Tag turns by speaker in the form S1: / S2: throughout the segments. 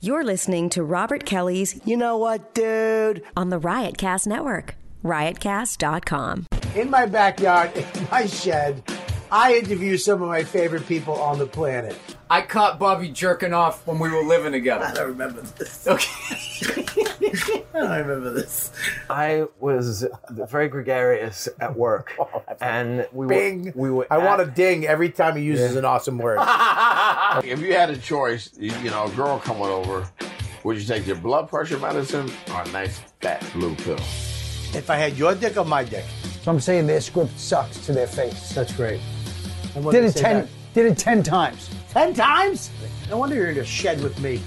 S1: You're listening to Robert Kelly's
S2: You know what, dude?
S1: on the Riotcast Network, riotcast.com.
S2: In my backyard, in my shed, I interview some of my favorite people on the planet.
S3: I caught Bobby jerking off when we were living together.
S4: don't remember this.
S3: Okay.
S4: I don't remember this.
S5: I was very gregarious at work, and we
S2: Bing.
S5: were we were.
S2: I
S5: at-
S2: want to ding every time he uses an awesome word.
S6: If you had a choice, you, you know, a girl coming over, would you take your blood pressure medicine or a nice fat blue pill?
S2: if I had your dick on my dick.
S7: So I'm saying their script sucks to their face.
S2: That's great.
S7: Did it ten. Did it ten times.
S2: Ten times? No wonder you're in a shed with me.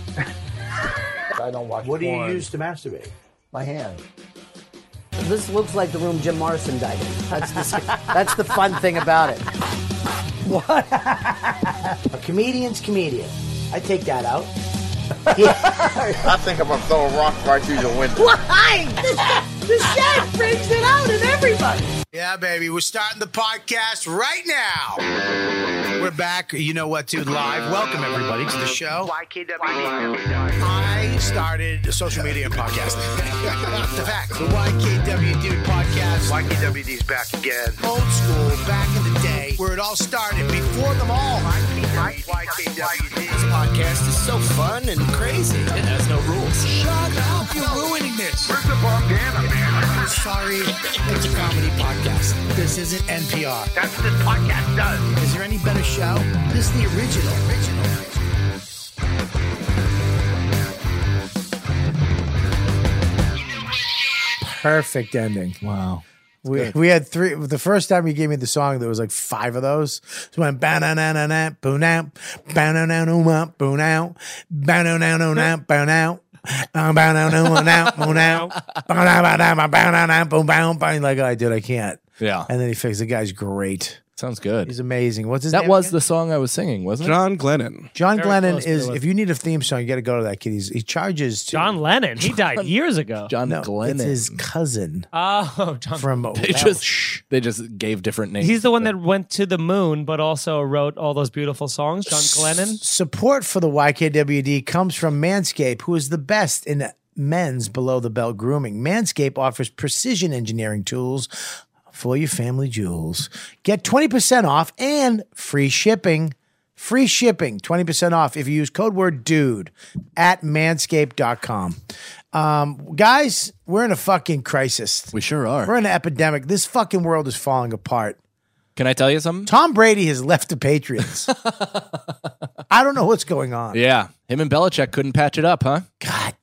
S7: I don't watch.
S2: What do you
S7: porn.
S2: use to masturbate?
S7: My hand.
S4: This looks like the room Jim Morrison died in. That's the, that's the fun thing about it.
S2: A comedian's comedian. I take that out.
S6: I think I'm gonna throw a rock right through the window.
S2: Yeah, baby. We're starting the podcast right now. We're back. You know what, dude? Live. Welcome, everybody, to the show. I started social media and podcasting. the fact, the YKWD podcast. YKWD's back again. Old school, back in the day, where it all started, before them all. YKWD's podcast is so fun and crazy. It has no rules. Shut up. You're ruining this. Where's the Borgana, man? Sorry. It's a comedy podcast. This isn't NPR. That's what this podcast does. Is there any better show? This is the original. Original. perfect ending. Wow. We, we had three. The first time you gave me the song, there was like five of those. So went ba na na na na boon out, ba na na na na boon out, ba na na na na boon out. Um, bow, now, now, now, now, bow, now. Bow, now, bow, now, bow, bow, now, now, boom, bow, bow. Like, oh, dude, I can't.
S8: Yeah.
S2: And then he fixed the guy's great.
S8: Sounds good.
S2: He's amazing. What's his
S8: that
S2: name?
S8: was
S2: again?
S8: the song I was singing, wasn't it?
S9: John Glennon.
S2: John
S10: Very
S2: Glennon.
S10: close,
S2: Is
S10: Bill.
S2: if you need a theme song, you got to go to that kid. He's, he charges to,
S10: John Lennon. He died years ago.
S8: John
S2: No,
S8: Glennon.
S2: it's his cousin
S10: Oh, John.
S2: from
S8: Um, they just they just gave different names.
S10: He's the one that went to the moon, but also wrote all those beautiful songs. John Glennon.
S2: Support for the YKWD comes from Manscaped, who is the best in men's below the belt grooming. Manscaped offers precision engineering tools for your family jewels. Get 20% off and free shipping. Free shipping, 20% off if you use code word dude at manscaped.com. Um, guys, we're in a fucking crisis.
S8: we sure are.
S2: We're in an epidemic. This fucking world is falling apart.
S8: Can I tell you something?
S2: Tom Brady has left the Patriots. I don't know what's going on.
S8: Yeah. Him and Belichick couldn't patch it up, huh?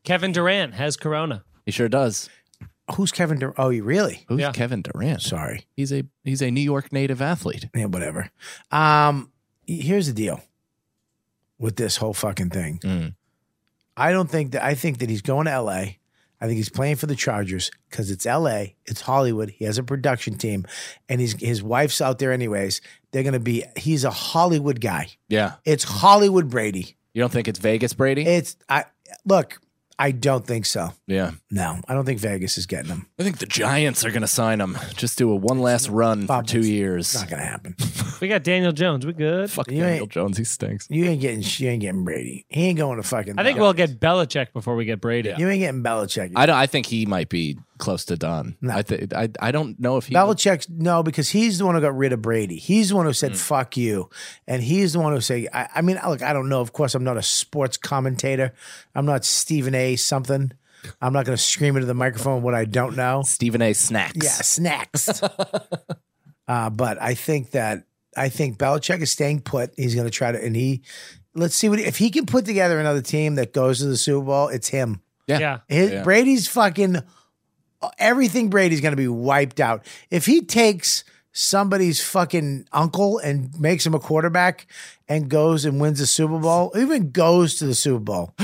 S10: Kevin Durant has corona.
S8: He sure does.
S2: Who's Kevin Durant? Oh, you really?
S8: Who's
S10: Yeah.
S8: Kevin Durant?
S2: Sorry.
S8: He's a he's a New York native athlete.
S2: Yeah, whatever. Um, y- here's the deal with this whole fucking thing.
S8: Mm.
S2: I don't think that I think that he's going to LA. I think he's playing for the Chargers because it's LA, it's Hollywood. He has a production team, and he's his wife's out there anyways. They're gonna be. He's a Hollywood guy.
S8: Yeah.
S2: It's Hollywood Brady.
S8: You don't think it's Vegas, Brady?
S2: It's I look. I don't think so.
S8: yeah.
S2: No, I don't think Vegas is getting him.
S8: I think the Giants are going to sign him. Just do a one last run for
S2: Bob,
S8: two
S2: it's
S8: years.
S2: It's not gonna happen.
S10: We got Daniel Jones. We good.
S8: Fuck
S2: You
S8: Daniel
S2: ain't-
S8: Jones. He stinks.
S2: You ain't getting. You ain't getting Brady. He ain't going to fucking.
S10: I think we'll get Belichick before we get Brady.
S2: You ain't getting Belichick.
S8: I don't. I think he might be close to done. I think. I. I don't know if he.
S2: Belichick's no, because he's the one who got rid of Brady. He's the one who said "fuck you," and he's the one who said. I, I mean, look, I don't know. Of course, I'm not a sports commentator. I'm not Stephen A. Something. I'm not going to scream into the microphone what I don't know.
S8: Stephen A. Snacks.
S2: Yeah, snacks. uh, but I think that I think Belichick is staying put. He's going to try to, and he. Let's see what if he can put together another team that goes to the Super Bowl. It's him.
S8: Yeah.
S10: Yeah.
S2: His,
S8: Yeah.
S2: Brady's fucking everything. Brady's going to be wiped out if he takes somebody's fucking uncle and makes him a quarterback and goes and wins the Super Bowl, even goes to the Super Bowl.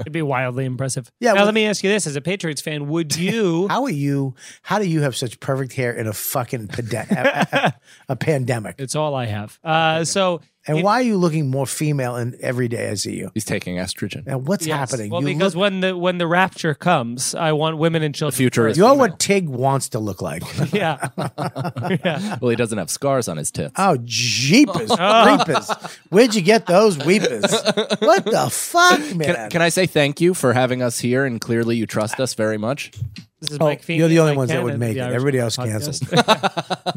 S10: It'd be wildly impressive.
S2: Yeah,
S10: Now,
S2: well-
S10: let me ask you this: as a Patriots fan, would you?
S2: How are you? How do you have such perfect hair in a fucking pande- a, a- a pandemic?
S10: it's all I have. Uh, so,
S2: And why are you looking more female in every day I see you?
S8: He's taking estrogen.
S2: And what's
S4: Yes.
S2: happening?
S4: Well,
S2: you
S4: because
S2: look-
S4: when the when the rapture comes, I want women and children.
S8: Future is
S2: you're what Tig wants to look like.
S4: Yeah. yeah.
S8: well, he doesn't have scars on his tits.
S2: Oh, jeepers,
S4: Oh.
S2: creepers. Where'd you get those weepers? What the fuck, man?
S8: can, can I say thank you for having us here? And clearly, you trust us very much.
S4: This is
S2: Oh,
S4: Mike Feeney
S2: you're the
S4: and
S2: only
S4: Mike
S2: ones that would
S4: Cannon,
S2: make
S4: the
S2: it.
S4: Irish
S2: Everybody else
S4: podcast.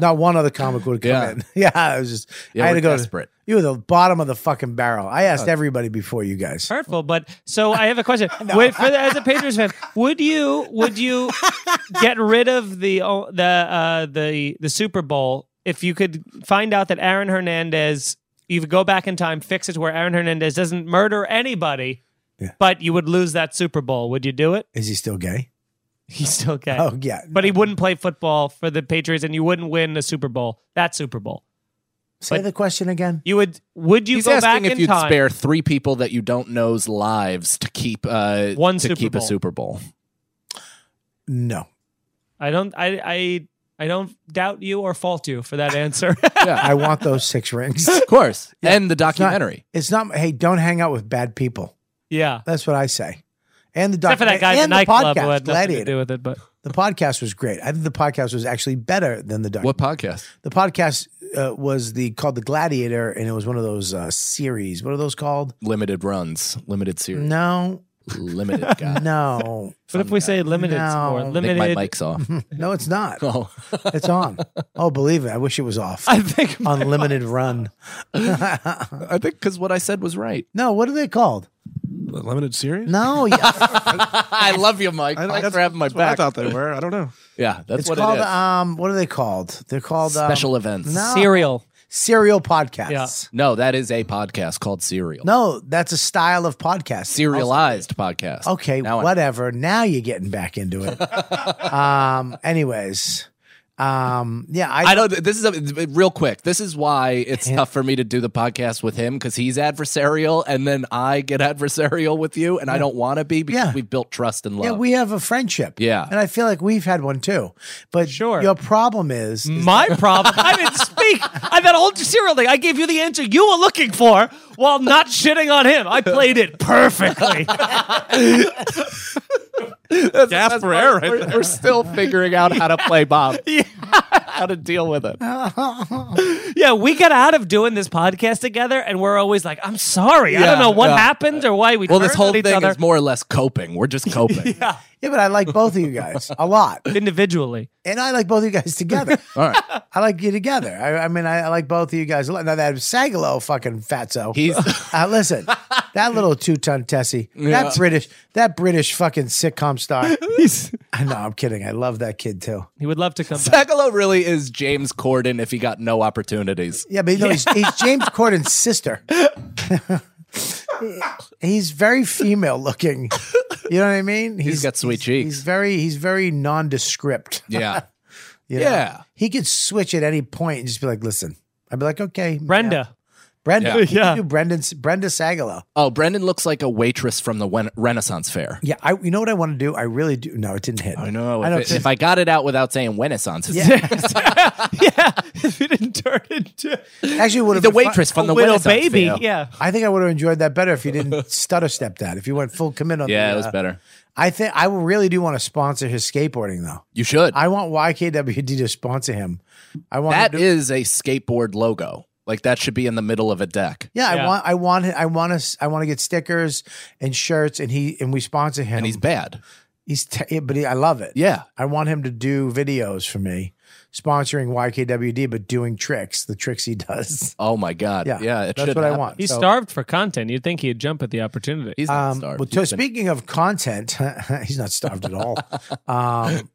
S2: Not one other comic would come
S8: Yeah.
S2: in. Yeah, I was just,
S8: Yeah,
S2: I had
S8: we're
S2: to go.
S8: desperate.
S2: you were the bottom of the fucking barrel. I
S4: Oh.
S2: asked everybody before you guys.
S4: hurtful. But so I have a question. Wait, for the, as a Patriots fan, would you would you get rid of the oh, the uh, the the Super Bowl if you could find out that Aaron Hernandez? You could go back in time, fix it to where Aaron Hernandez doesn't murder anybody,
S2: Yeah.
S4: but you would lose that Super Bowl. Would you do it?
S2: Is he still gay?
S4: He's still gay.
S2: Oh, yeah.
S4: But he wouldn't play football for the Patriots, and you wouldn't win the Super Bowl. That Super Bowl,
S2: Say
S4: but-
S2: the question again.
S4: you would. Would you
S8: He's
S4: go back
S8: asking if
S4: in
S8: you'd
S4: time?
S8: spare three people that you don't know's lives to keep uh,
S4: One
S8: to
S4: Super
S8: keep a
S4: Bowl.
S8: Super Bowl.
S2: No.
S4: I don't. I. I. I don't doubt you or fault you for that answer.
S2: I want those six rings.
S8: Of course, and the
S2: It's not-
S8: documentary.
S2: It's not, hey, don't hang out with bad people.
S4: yeah.
S2: That's what I say. And the doc-
S4: Except for that guy at the
S2: and the
S4: nightclub who
S2: podcast,
S4: had nothing to
S2: Gladiator.
S4: do with it. But
S2: The podcast was great. I think the podcast was actually better than the doc.
S8: What podcast?
S2: The podcast uh, was the called the Gladiator, and it was one of those uh, series. What are those called?
S8: Limited runs, limited series,
S2: No,
S8: limited guy.
S2: no,
S4: but if we say limited
S2: No.
S4: or
S2: Think
S8: I think my
S4: limited,
S8: mic's off.
S2: no, it's not.
S8: Oh,
S2: It's on. Oh, believe it. I wish it was off.
S4: I think
S2: Unlimited run.
S8: I think because what I said was right.
S2: No, what are they called?
S11: Limited series?
S2: No, yeah,
S8: I love you, Mike. Thanks for having my
S11: I
S8: back.
S11: thought they were. I don't know.
S8: Yeah, that's
S2: it's
S8: what
S2: called.
S8: it is.
S2: Um, what are they called? They're called um,
S8: Special events.
S2: No,
S4: cereal.
S2: serial podcasts.
S4: Yeah.
S8: No, that is a podcast called Serial.
S2: No, that's a style of podcast.
S8: serialized podcast.
S2: Okay,
S8: Now I-
S2: whatever. now you're getting back into it. um, anyways, um, yeah, I,
S8: I don't. This is a, real quick. This is why it's tough for me to do the podcast with him because he's adversarial, and then I get adversarial with you, and I don't want to be because
S2: Yeah.
S8: we've built trust and love.
S2: yeah, we have a friendship.
S8: Yeah.
S2: and I feel like we've had one too. But
S4: Sure.
S2: your problem is,
S8: Mm.
S2: is
S4: My problem. I didn't speak. I that old cereal thing. I gave you the answer you were looking for while not shitting on him. I played it perfectly.
S8: That's why we're, we're still figuring out how to play Bob, how to deal with it.
S4: yeah, we got out of doing this podcast together, and we're always like, "I'm sorry, I don't
S8: Yeah,
S4: know what
S8: yeah.
S4: happened or why we."
S8: Well, this
S4: turned
S8: whole
S4: on each
S8: thing
S4: other
S8: is more or less coping. We're just coping.
S2: yeah, but I like both of you guys a lot,
S4: individually.
S2: and I like both of you guys together.
S8: All right.
S2: I like you together. I, I mean, I, I like both of you guys a lot. Now that Sagalo fucking fatso.
S8: He's-
S2: uh, listen, that little two ton Tessie, that British, that British fucking sitcom star. I know, I'm kidding. I love that kid too.
S4: He would love to come back.
S8: Piccolo really is James Corden if he got no opportunities.
S2: Yeah, but you know, he's, he's James Corden's sister. he's very female looking. You know what I mean?
S8: He's got sweet
S2: He's
S8: cheeks.
S2: very, he's very nondescript.
S8: yeah.
S2: you know?
S8: Yeah.
S2: he could switch at any point and just be like, "Listen." I'd be like, "Okay, yeah.
S4: Brenda.
S2: Brenda,
S8: Yeah.
S4: Yeah.
S2: You do Brendan, Brenda Sagalo."
S8: Oh, Brendan looks like a waitress from the Wen- Renaissance Fair.
S2: Yeah, I. You know what I want to do? I really do. No, it didn't hit.
S8: I know.
S2: I know.
S8: if, it- if I got it out without saying Renaissance, it's
S4: yeah, if you didn't turn into
S2: Actually, would have
S8: the waitress from
S4: a
S8: the
S4: little
S8: Renaissance
S4: baby.
S8: Fair.
S4: Yeah.
S2: I think I would have enjoyed that better if you didn't stutter step that. If you went full commit on.
S8: Yeah,
S2: the,
S8: it was
S2: uh,
S8: better.
S2: I think I really do want to sponsor his skateboarding though.
S8: You should.
S2: I want YKWd to sponsor him. I want
S8: that
S2: him to-
S8: is a skateboard logo. Like that should be in the middle of a deck.
S2: Yeah,
S4: Yeah.
S2: I want. I want. I want to. I want to get stickers and shirts, and he and we sponsor him.
S8: And he's bad.
S2: he's te- yeah, but he, I love it.
S8: Yeah.
S2: I want him to do videos for me, sponsoring YKWd, but doing tricks, the tricks he does.
S8: Oh my god. Yeah.
S2: Yeah,
S8: it
S2: that's
S8: should
S2: what I
S8: happen.
S2: want.
S4: He's
S2: So-
S4: starved for content. You'd think he'd jump at the opportunity.
S8: He's not
S2: Um,
S8: starved.
S2: well, to-
S8: He's been-
S2: speaking of content, he's not starved at all. um,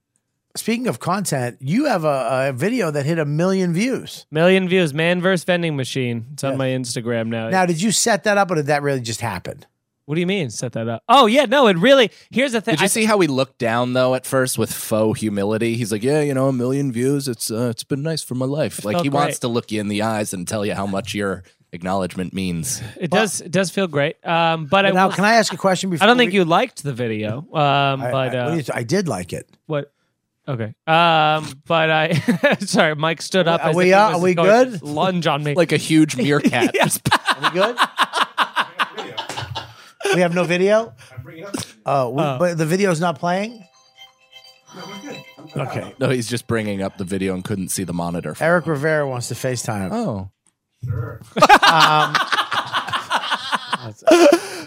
S2: speaking of content, you have a, a video that hit a million views.
S4: Million views, man versus vending machine. It's on my Instagram now.
S2: Now, did you set that up, or did that really just happen?
S4: what do you mean? Set that up? Oh yeah, no. It really. Here's the thing.
S8: Did you
S4: I-
S8: see how he looked down though at first with faux humility? He's like, "Yeah, you know, a million views. It's uh, it's been nice for my life." like
S4: felt
S8: he wants
S4: great.
S8: to look you in the eyes and tell you how much your acknowledgement means.
S4: it does. It does feel great. Um, but I,
S2: now,
S4: will-
S2: can I ask a question? Before
S4: I don't think
S2: we-
S4: you liked the video. Um,
S2: I,
S4: but
S2: I-
S4: uh,
S2: what do you- I did like it.
S4: what? Okay. Um, but I sorry, Mike stood up.
S2: Are
S4: as
S2: we-
S4: if he
S2: are
S4: was
S2: we
S4: going to
S2: good?
S4: Lunge on me.
S8: like a huge meerkat.
S2: We good? we have no video. Oh, we, but the video's not playing. Okay.
S8: No, he's just bringing up the video and couldn't see the monitor.
S2: Eric Rivera wants to FaceTime.
S8: Oh,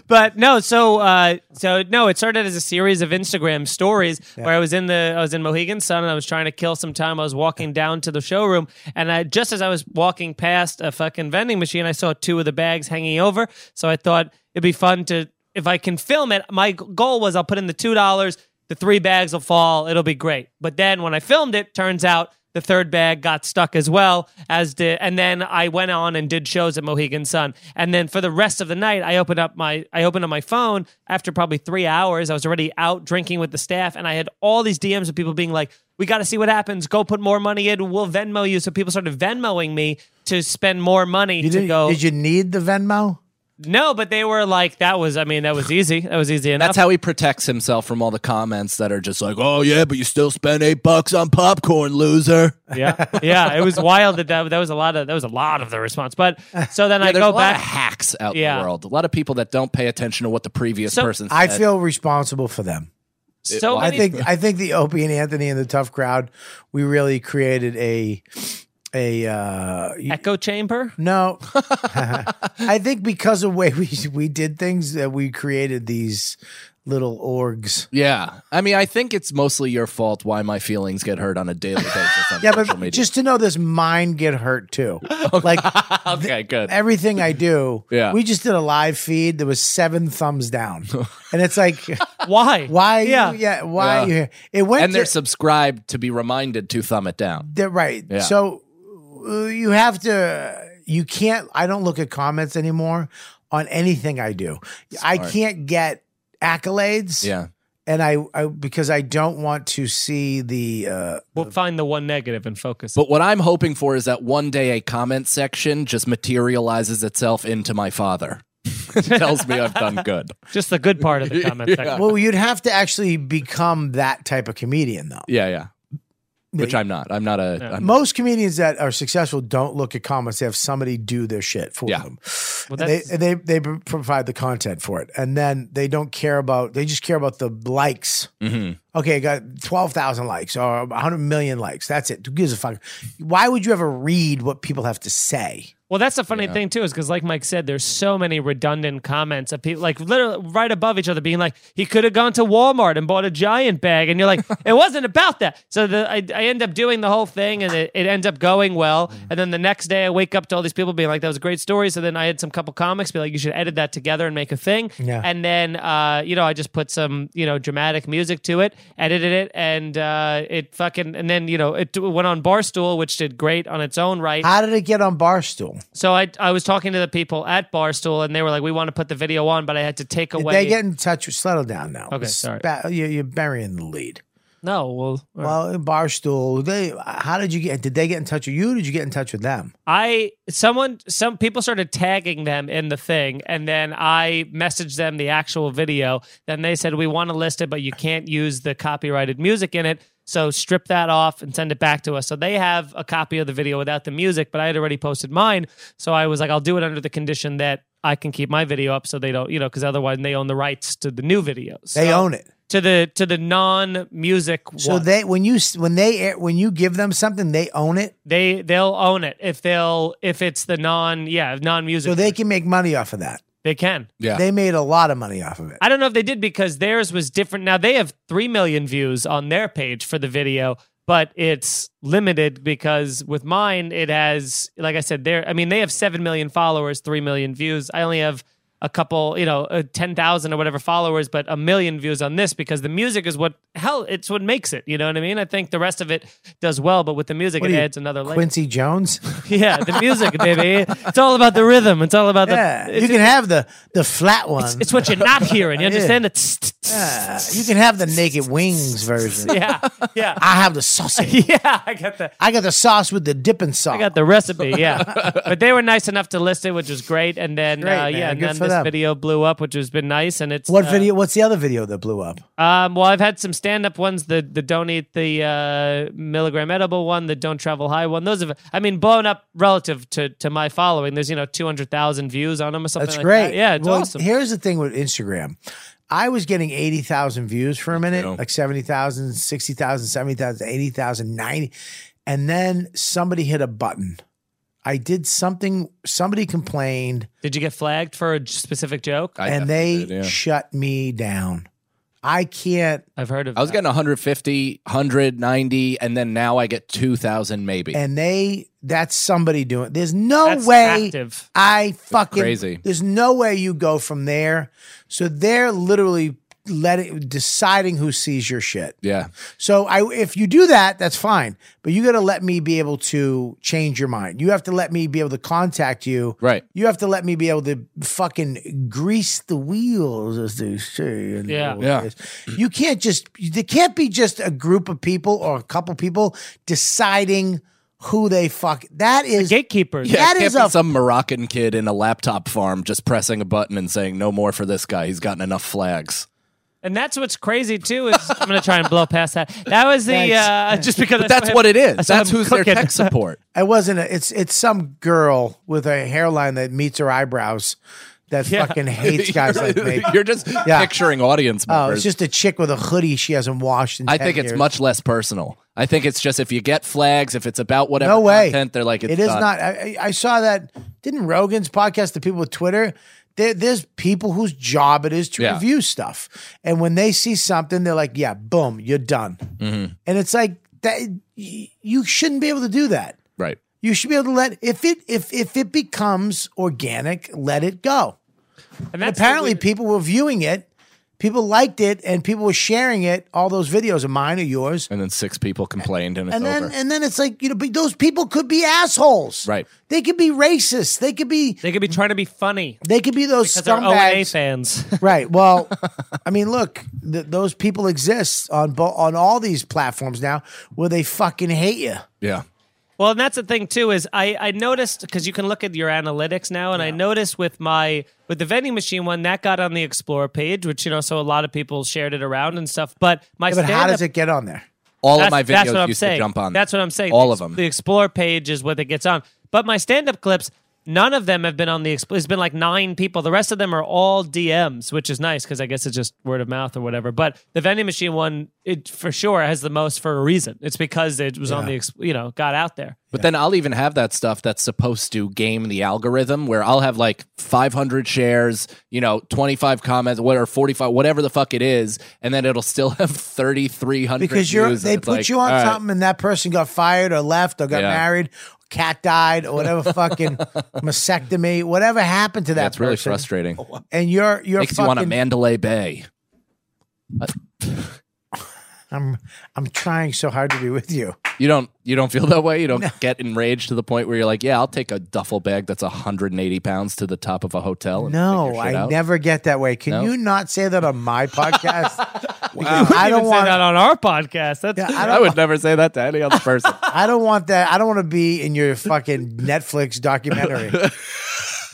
S4: but no, so uh, so no, it started as a series of Instagram stories where I was in the I was in Mohegan Sun and I was trying to kill some time. I was walking down to the showroom and I just as I was walking past a fucking vending machine, I saw two of the bags hanging over. So I thought it'd be fun to if I can film it. My g- goal was I'll put in the two dollars, the three bags will fall, it'll be great. But then when I filmed it, turns out the third bag got stuck as well as did and then i went on and did shows at mohegan sun and then for the rest of the night i opened up my i opened up my phone after probably three hours i was already out drinking with the staff and i had all these dms of people being like we got to see what happens go put more money in we'll venmo you so people started venmoing me to spend more money
S2: You
S4: to
S2: did,
S4: go
S2: did you need the Venmo?
S4: no but they were like that was i mean that was easy that was easy enough
S8: that's how he protects himself from all the comments that are just like, "Oh yeah, but you still spent eight bucks on popcorn, loser."
S4: yeah yeah it was wild that, that that was a lot of that was a lot of the response but so then i
S8: There's
S4: go
S8: a lot
S4: back
S8: of hacks out in
S4: Yeah.
S8: the world. A lot of people that don't pay attention to what the previous
S4: So-
S8: person said.
S2: I feel responsible for them.
S4: so
S2: I
S4: many
S2: think I think the Opie and Anthony and the tough crowd, we really created a a uh,
S4: echo chamber
S2: No, I think because of the way we we did things that we created these little orgs.
S8: Yeah, I mean, I think it's mostly your fault why my feelings get hurt on a daily basis on
S2: Yeah,
S8: social
S2: but
S8: media.
S2: just to know this, mine get hurt too. Like
S8: okay, good.
S2: everything I do,
S8: Yeah.
S2: we just did a live feed. There was seven thumbs down, and it's like,
S4: Why?
S2: why?
S4: Yeah.
S2: you, yeah why?
S8: Yeah.
S2: You, it went.
S8: and they're
S2: to-
S8: subscribed to be reminded to thumb it down.
S2: they're right.
S8: Yeah.
S2: So uh, you have to. You can't. I don't look at comments anymore on anything I do. I can't get accolades.
S8: Yeah,
S2: and I, I because I don't want to see the uh,
S4: We'll find the one negative and focus.
S8: but what I'm hoping for is that one day a comment section just materializes itself into my father. tells me I've done good.
S4: Just the good part of the comment section.
S2: well, you'd have to actually become that type of comedian though.
S8: Yeah, yeah. Which I'm not. I'm not a. I'm-
S2: Most comedians that are successful don't look at comments; they have somebody do their shit for
S8: Yeah.
S2: them.
S4: Well,
S2: they,
S4: that's,
S2: they they provide the content for it, and then they don't care about. They just care about the likes.
S4: Mm-hmm.
S8: Mhm.
S2: Okay, I got twelve thousand likes or hundred million likes. That's it. Who gives a fuck? Why would you ever read what people have to say?
S4: well, that's the funny thing too, is because like Mike said, there's so many redundant comments of people, like literally right above each other, being like, "He could have gone to Walmart and bought a giant bag," and you're like, "It wasn't about that." So the, I, I end up doing the whole thing, and it, it ends up going well. And then the next day, I wake up to all these people being like, "That was a great story." So then I had some couple comics be like, "You should edit that together and make a thing."
S2: Yeah.
S4: And then uh, you know, I just put some you know dramatic music to it, edited it, and uh, it fucking and then you know it went on Barstool, which did great on its own right.
S2: How did it get on Barstool?
S4: So I I was talking to the people at Barstool, and they were like, "We want to put the video on, but I had to take
S2: Did
S4: away."
S2: they get in touch with Settle Down now?
S4: Okay, sorry.
S2: Ba- you- you're burying the lead.
S4: no. Well,
S2: Well, in Barstool, they how did you get? Did they get in touch with you? Did you get in touch with them?
S4: I someone some people started tagging them in the thing, and then I messaged them the actual video. Then they said, "We want to list it, but you can't use the copyrighted music in it." So strip that off and send it back to us. So they have a copy of the video without the music, but I had already posted mine. So I was like, I'll do it under the condition that I can keep my video up, so they don't, you know, because otherwise they own the rights to the new videos.
S2: They
S4: So-
S2: own it.
S4: to the to the non music
S2: So
S4: one.
S2: they when you when they air- when you give them something, they own it,
S4: they they'll own it if they'll if it's the non yeah non music
S2: so they can make money off of that.
S4: they can
S8: yeah.
S2: They made a lot of money off of it.
S4: I don't know if they did because theirs was different now they have 3 million views on their page for the video but it's limited because with mine it has like I said there I mean they have 7 million followers 3 million views I only have a couple, you know, uh, 10,000 or whatever followers, but a million views on this because the music is what, hell, it's what makes it. You know what I mean? I think the rest of it does well, but with the music,
S2: What
S4: it
S2: are you,
S4: adds another layer.
S2: Quincy Jones.
S4: Yeah, the music, baby. It's all about the rhythm. It's all about the.
S2: yeah,
S4: it's,
S2: you can have the the flat one.
S4: it's what you're not hearing. You understand? It's
S2: Yeah, you can have the naked wings version.
S4: yeah, yeah,
S2: I have the sausage.
S4: yeah. I got the.
S2: I got the sauce with the dipping sauce.
S4: I got the recipe, yeah. but they were nice enough to list it, which was great. And then,
S2: Great,
S4: uh,
S2: man.
S4: yeah, and
S2: Good
S4: then
S2: for for
S4: this
S2: them.
S4: video blew up, which has been nice. And it's
S2: What
S4: uh,
S2: video? What's the other video that blew up?
S4: Um, well, I've had some stand-up ones. The the don't eat the uh, milligram edible one. The don't travel high one. Those have, I mean, blown up relative to to my following. There's you know two hundred thousand views on them or something.
S2: That's
S4: like
S2: great.
S4: That. Yeah, it's
S2: well,
S4: awesome.
S2: Here's the thing with Instagram. I was getting 80,000 views for a minute, like 70,000, 60,000, 70,000, 80,000, 90. And then somebody hit a button. I did something, somebody complained,
S4: Did you get flagged for a j- specific joke?
S2: and they shut me down. I can't.
S4: I've heard of.
S8: I was getting 150, 190, and then now I get 2,000 maybe.
S2: And they, that's somebody doing. There's no
S4: That's
S2: way
S4: active.
S2: I fucking
S8: crazy.
S2: There's no way you go from there. So they're literally letting deciding who sees your shit.
S8: yeah.
S2: So I, if you do that, that's fine. But you got to let me be able to change your mind. You have to let me be able to contact you.
S8: Right.
S2: You have to let me be able to fucking grease the wheels, as they say. in the
S4: Yeah.
S2: old
S8: Yeah.
S2: days. You can't just. There can't be just a group of people or a couple people deciding who they fuck. That is
S4: Gatekeepers.
S8: Yeah,
S2: That
S8: it can't
S2: is
S8: be
S2: a-
S8: some Moroccan kid in a laptop farm just pressing a button and saying no more for this guy. He's gotten enough flags.
S4: And that's what's crazy too is I'm gonna try and blow past that. That was the uh, just because I saw
S8: That's
S4: him-
S8: what it is.
S4: I saw
S8: That's
S4: him
S8: who's
S4: cooking.
S8: their tech support.
S2: It wasn't. A, it's it's some girl with a hairline that meets her eyebrows that fucking hates guys like me.
S8: You're just
S2: Yeah.
S8: picturing audience
S2: Oh,
S8: members.
S2: it's just a chick with a hoodie she hasn't washed. In
S8: I
S2: 10
S8: think it's
S2: years.
S8: much less personal. I think it's just if you get flags, if it's about whatever
S2: No way.
S8: content, they're like, it's
S2: it is
S8: done.
S2: not. I, I I saw that. Didn't Rogan's podcast the people with Twitter? There, there's people whose job it is to
S8: Yeah.
S2: review stuff, and when they see something, they're like, "Yeah, boom, you're done."
S8: Mm-hmm.
S2: And it's like that. y- You shouldn't be able to do that.
S8: Right.
S2: You should be able to let if it if if it becomes organic, let it go.
S4: And
S2: And
S4: that's
S2: apparently,
S4: the-
S2: people were viewing it, people liked it, and people were sharing it. All those videos of mine or yours,
S8: And then six people complained and it's
S2: and then
S8: over.
S2: and then it's like you know, but those people could be assholes,
S8: Right.
S2: They could be racist. They could be
S4: they could be trying to be funny
S2: they could be those
S4: because they're OA
S2: scumbags,
S4: fans.
S2: right? Well, I mean, look, th- those people exist on bo- on all these platforms now, where they fucking hate you.
S8: yeah.
S4: Well, and that's the thing too is I I noticed because you can look at your analytics now, and I noticed with my with the vending machine one that got on the Explore page, which you know, so a lot of people shared it around and stuff. But my
S2: But how
S4: stand-up-
S2: does it get on there?
S8: All
S4: that's,
S8: of my
S4: that's what
S8: videos
S4: I'm
S8: used
S4: saying.
S8: to jump on.
S4: That's what I'm saying.
S8: All
S4: The
S8: of
S4: ex-
S8: them.
S4: The Explore page is what it gets on. But my stand-up clips, none of them have been on the Explore. It's been like nine people. The rest of them are all DMs, which is nice because I guess it's just word of mouth or whatever. But the vending machine one, it for sure has the most for a reason. It's because it was on the Ex- you know got out there.
S8: But then I'll even have that stuff that's supposed to game the algorithm where I'll have like 500 shares, you know, 25 comments, whatever, 45, whatever the fuck it is. And then it'll still have 3,300
S2: because you're
S8: views, and
S2: they
S8: it's
S2: put
S8: like,
S2: you on
S8: all right.
S2: something and that person got fired or left or got
S8: Yeah.
S2: married cat died or whatever fucking mastectomy whatever happened to that
S8: That's really
S2: person,
S8: frustrating.
S2: and you're you're
S8: Makes you
S2: fucking
S8: want to Mandalay Bay. Uh,
S2: I'm, I'm trying so hard to be with you
S8: You don't you don't feel that way. You don't get enraged to the point where you're like, yeah, I'll take a duffel bag that's 180 pounds to the top of a hotel. And
S2: no
S8: figure shit
S2: i
S8: out.
S2: never get that way can
S8: No?
S2: you not say that on my podcast Because i don't
S4: Even say
S2: want
S4: that on our podcast. That's
S2: Yeah, I
S8: I would never say that to any other person.
S2: I don't want that. I don't want to be in your fucking Netflix documentary.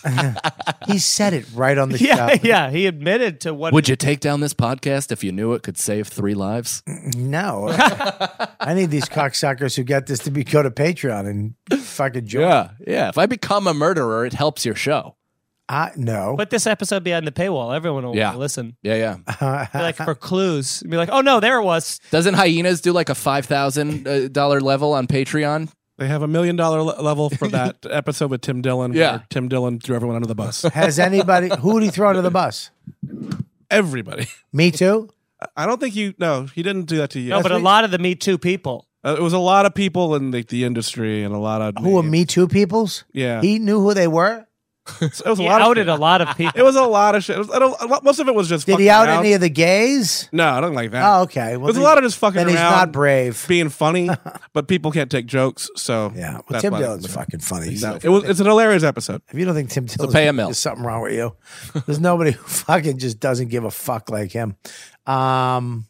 S2: he said it right on the
S4: yeah,
S2: show.
S4: yeah. He admitted to what
S8: would you take down this podcast if you knew it could save three lives?
S2: No, I need these cocksuckers who get this to be go to Patreon and fucking join.
S8: Yeah, yeah. If I become a murderer, it helps your show.
S2: I no.
S4: Put this episode behind the paywall. Everyone will
S8: Yeah.
S4: listen.
S8: Yeah, yeah.
S4: Be like for clues. Be like, oh no, there it was.
S8: Doesn't hyenas do like a five thousand uh, dollar level on Patreon?
S7: They have a million dollar le- level for that episode with Tim Dillon.
S8: Yeah.
S7: where Tim Dillon threw everyone under the bus.
S2: Has anybody who would he throw under the bus?
S7: Everybody.
S2: Me too.
S7: I don't think you. No, he didn't do that to you.
S4: No, but a lot of the Me Too people.
S7: Uh, it was a lot of people in the, the industry and a lot of
S2: Who are Me Too peoples?
S7: Yeah.
S2: he knew who they were.
S7: It was a
S4: He
S7: lot.
S4: outed
S7: of,
S4: a lot of
S7: It
S4: people.
S7: was a lot of shit. It was, I don't, a lot- most of it was just.
S2: Did
S7: fucking
S2: he out
S7: around.
S2: any of the gays?
S7: No, I don't like that.
S2: Oh, okay. Well,
S7: There's a
S2: then-
S7: lot of just fucking
S2: Then he's
S7: around.
S2: not brave.
S7: being funny, but people can't take jokes. So
S2: yeah, well,
S7: that's
S2: Tim
S7: why-
S2: Dillon's fucking funny.
S7: No, it was. It's an hilarious episode.
S2: If you don't think Tim Dillon's
S8: pay him
S2: funny,
S8: out.
S2: there's something wrong with you. There's nobody who fucking just doesn't give a fuck like him, um,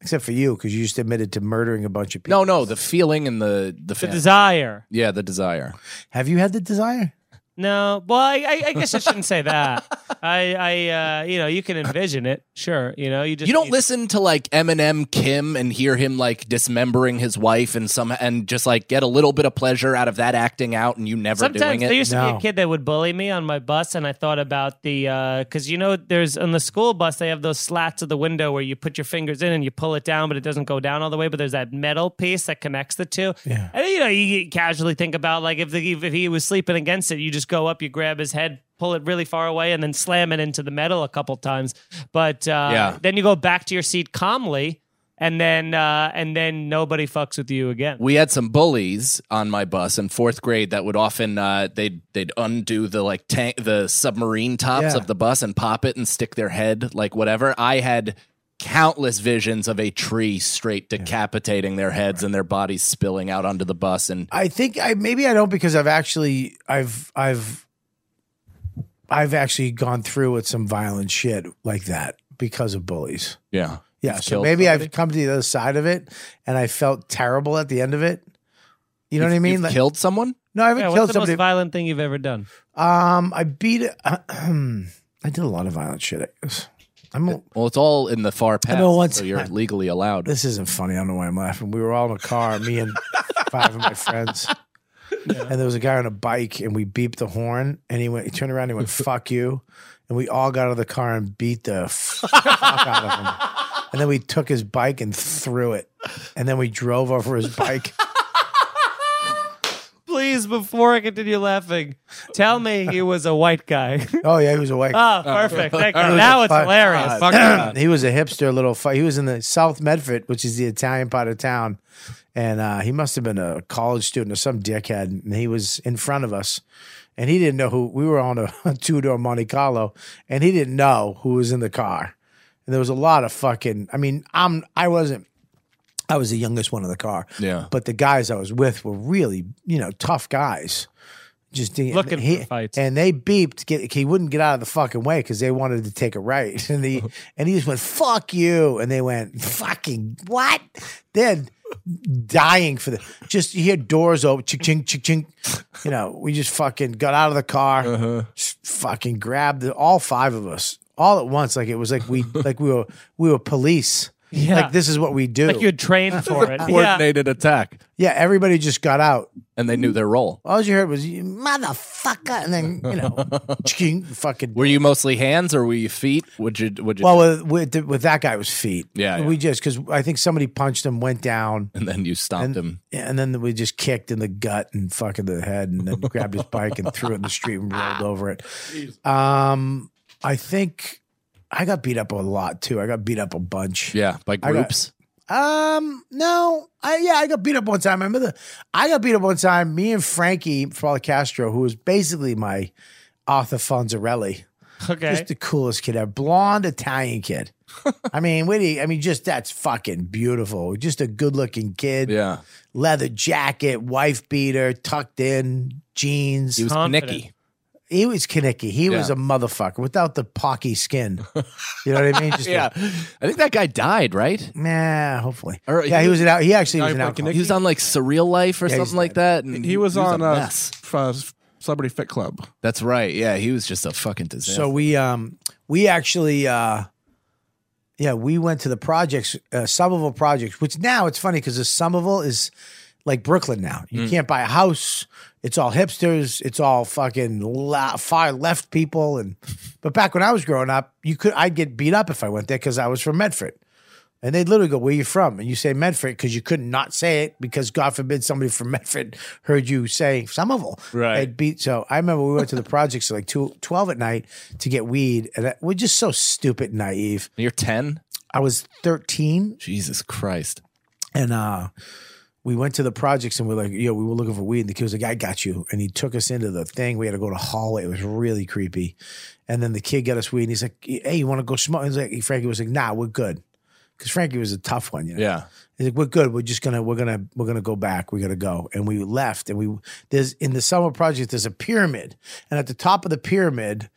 S2: except for you because you just admitted to murdering a bunch of people.
S8: No, no. The feeling and the
S4: the
S8: the, fan-
S4: desire.
S8: yeah, the desire.
S2: Have you had the desire?
S4: No, well, I, I, I guess I shouldn't say that. I, I, uh, you know, you can envision it, sure. You know, you just
S8: you don't listen to like Eminem Kim and hear him like dismembering his wife and some and just like get a little bit of pleasure out of that acting out and you never
S4: Sometimes
S8: doing it.
S4: there used to be a kid that would bully me on my bus, and I thought about the because you know there's on the school bus they have those slats of the window where you put your fingers in and you pull it down, but it doesn't go down all the way. But there's that metal piece that connects the two,
S2: Yeah.
S4: and you know you casually think about like if the, if he was sleeping against it, you just go up, you grab his head. Pull it really far away and then slam it into the metal a couple times. But uh,
S8: Yeah.
S4: then you go back to your seat calmly, and then uh, and then nobody fucks with you again.
S8: We had some bullies on my bus in fourth grade that would often uh, they'd they'd undo the like tank the submarine tops
S2: Yeah.
S8: of the bus and pop it and stick their head like whatever. I had countless visions of a tree straight decapitating their heads and their bodies spilling out onto the bus and
S2: I think I maybe I don't because I've actually I've I've I've actually gone through with some violent shit like that because of bullies.
S8: yeah
S2: Yeah,
S8: You've
S2: so
S8: killed
S2: maybe
S8: somebody?
S2: I've come to the other side of it, and I felt terrible at the end of it. You know
S8: You've-
S2: what I mean?
S8: you've
S2: Like-
S8: killed someone.
S2: No, I haven't
S4: Yeah, what's
S2: killed
S4: the
S2: somebody.
S4: most violent thing you've ever done?
S2: um, I beat. I did a lot of violent shit. I guess. I'm. A,
S8: Well, it's all in the far past,
S2: know once-
S8: so you're legally allowed.
S2: this isn't funny. I don't know why I'm laughing. We were all in a car, me and five of my friends. And there was a guy on a bike, and we beeped the horn, and he went. He turned around, and he went, "Fuck you," and we all got out of the car and beat the fuck out of him. And then we took his bike and threw it, and then we drove over his bike.
S4: Please, before I continue laughing, tell me he was a white guy.
S2: Oh yeah, he was awake.
S4: oh, perfect. Thank you.
S2: He was a
S4: Now it's
S2: fuck-
S4: hilarious.
S2: he was a hipster little. Fu- he was in the South Medford, which is the Italian part of town, and uh, he must have been a college student or some dickhead. And he was in front of us, and he didn't know who we were on a, two door Monte Carlo, and he didn't know who was in the car. And there was a lot of fucking. I mean, I'm I wasn't. I was the youngest one in the car.
S8: Yeah.
S2: But the guys I was with were really, you know, tough guys. Just didn't-
S4: Looking
S2: he-
S4: for fights.
S2: and they beeped. Get, he wouldn't get out of the fucking way because they wanted to take a right, and the and he just went "fuck you," and they went "fucking what?" Then dying for the just you hear doors open, chink chink chink chink. You know, we just fucking got out of the car, s- fucking grabbed the, all five of us all at once, like it was like we like we were we were police.
S4: Yeah.
S2: Like this is what we do.
S4: Like you had trained for it. Yeah.
S8: Coordinated attack,
S2: yeah, everybody just got out.
S8: and they knew their role.
S2: All you heard was "You motherfucker, and then you know, chink, fucking
S8: Were you mostly hands or were you feet? Would you? Would you?
S2: Well, with, with, the- with that guy, it was feet.
S8: Yeah, yeah.
S2: we just because I think somebody punched him, went down,
S8: and then you stomped him.
S2: and then we just kicked in the gut and fucking the head, and then grabbed his bike and threw it in the street and rolled over it. Um, I think I got beat up a lot too. I got beat up a bunch.
S8: Yeah, by
S2: got-
S8: groups.
S2: Um, no, I yeah, I got beat up one time. I remember the, I got beat up one time. Me and Frankie Paula Castro, who was basically my Arthur Fonzarelli.
S4: Okay.
S2: Just the coolest kid ever. Blonde Italian kid. I mean, what do you, I mean, just that's fucking beautiful. Just a good looking kid.
S8: yeah,
S2: Leather jacket, wife beater, tucked in, jeans.
S8: he was
S4: confident.
S8: Nicky.
S2: He was Kanicki. He was
S8: Yeah.
S2: a motherfucker without the pocky skin. You know what I mean? Just
S8: Yeah, I think that guy died, right?
S2: A, nah, hopefully.
S8: Or
S2: yeah, he,
S8: he-
S2: was an out. He actually was an
S7: Guy
S2: alcoholic.
S7: Nicky?
S8: He was on like Surreal Life or
S2: Yeah, he's
S8: something like that. And
S7: He was on
S8: a
S7: a
S8: mess.
S7: f- uh, celebrity fit club.
S8: That's right. Yeah, he was just a fucking disaster.
S2: So we um we actually uh yeah, we went to the projects, uh, Somerville projects, which now it's funny because the Somerville is like Brooklyn now. You can't buy a house. It's all hipsters. It's all fucking la- far left people. And but back when I was growing up, you could I'd get beat up if I went there because I was from Medford, and they'd literally go, "Where you from?" And you say Medford because you couldn't not say it because God forbid somebody from Medford heard you say Somerville.
S8: Right.
S2: I'd beat. So I remember we went to the projects at like two, 12 at night to get weed, and that, we're just so stupid and naive.
S8: you're ten.
S2: I was thirteen,
S8: Jesus Christ.
S2: and uh, we went to the projects and we're like, yo, we were looking for weed. And the kid was like, I got you. And he took us into the thing. We had to go to a hallway. It was really creepy. And then the kid got us weed and he's like, hey, you want to go smoke? And he's like, Frankie was like, nah, we're good. Because Frankie was a tough one, you know?
S8: Yeah.
S2: He's like, we're good. We're just gonna, we're gonna, we're gonna go back. We gotta go. And we left. And we there's in the summer project, there's a pyramid, and at the top of the pyramid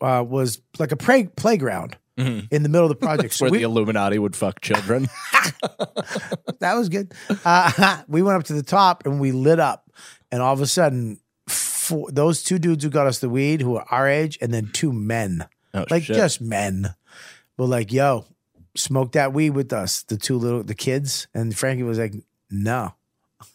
S2: uh, was like a play, playground in the middle of the project.
S8: Mm-hmm. Where
S2: we-
S8: the Illuminati would fuck children.
S2: that was good. Uh, we went up to the top and we lit up, and all of a sudden, four, those two dudes who got us the weed, who are our age, and then two men,
S8: Oh,
S2: like
S7: shit.
S2: just men, were like, "Yo, smoke that weed with us." The two little, the kids, and Frankie was like, "No."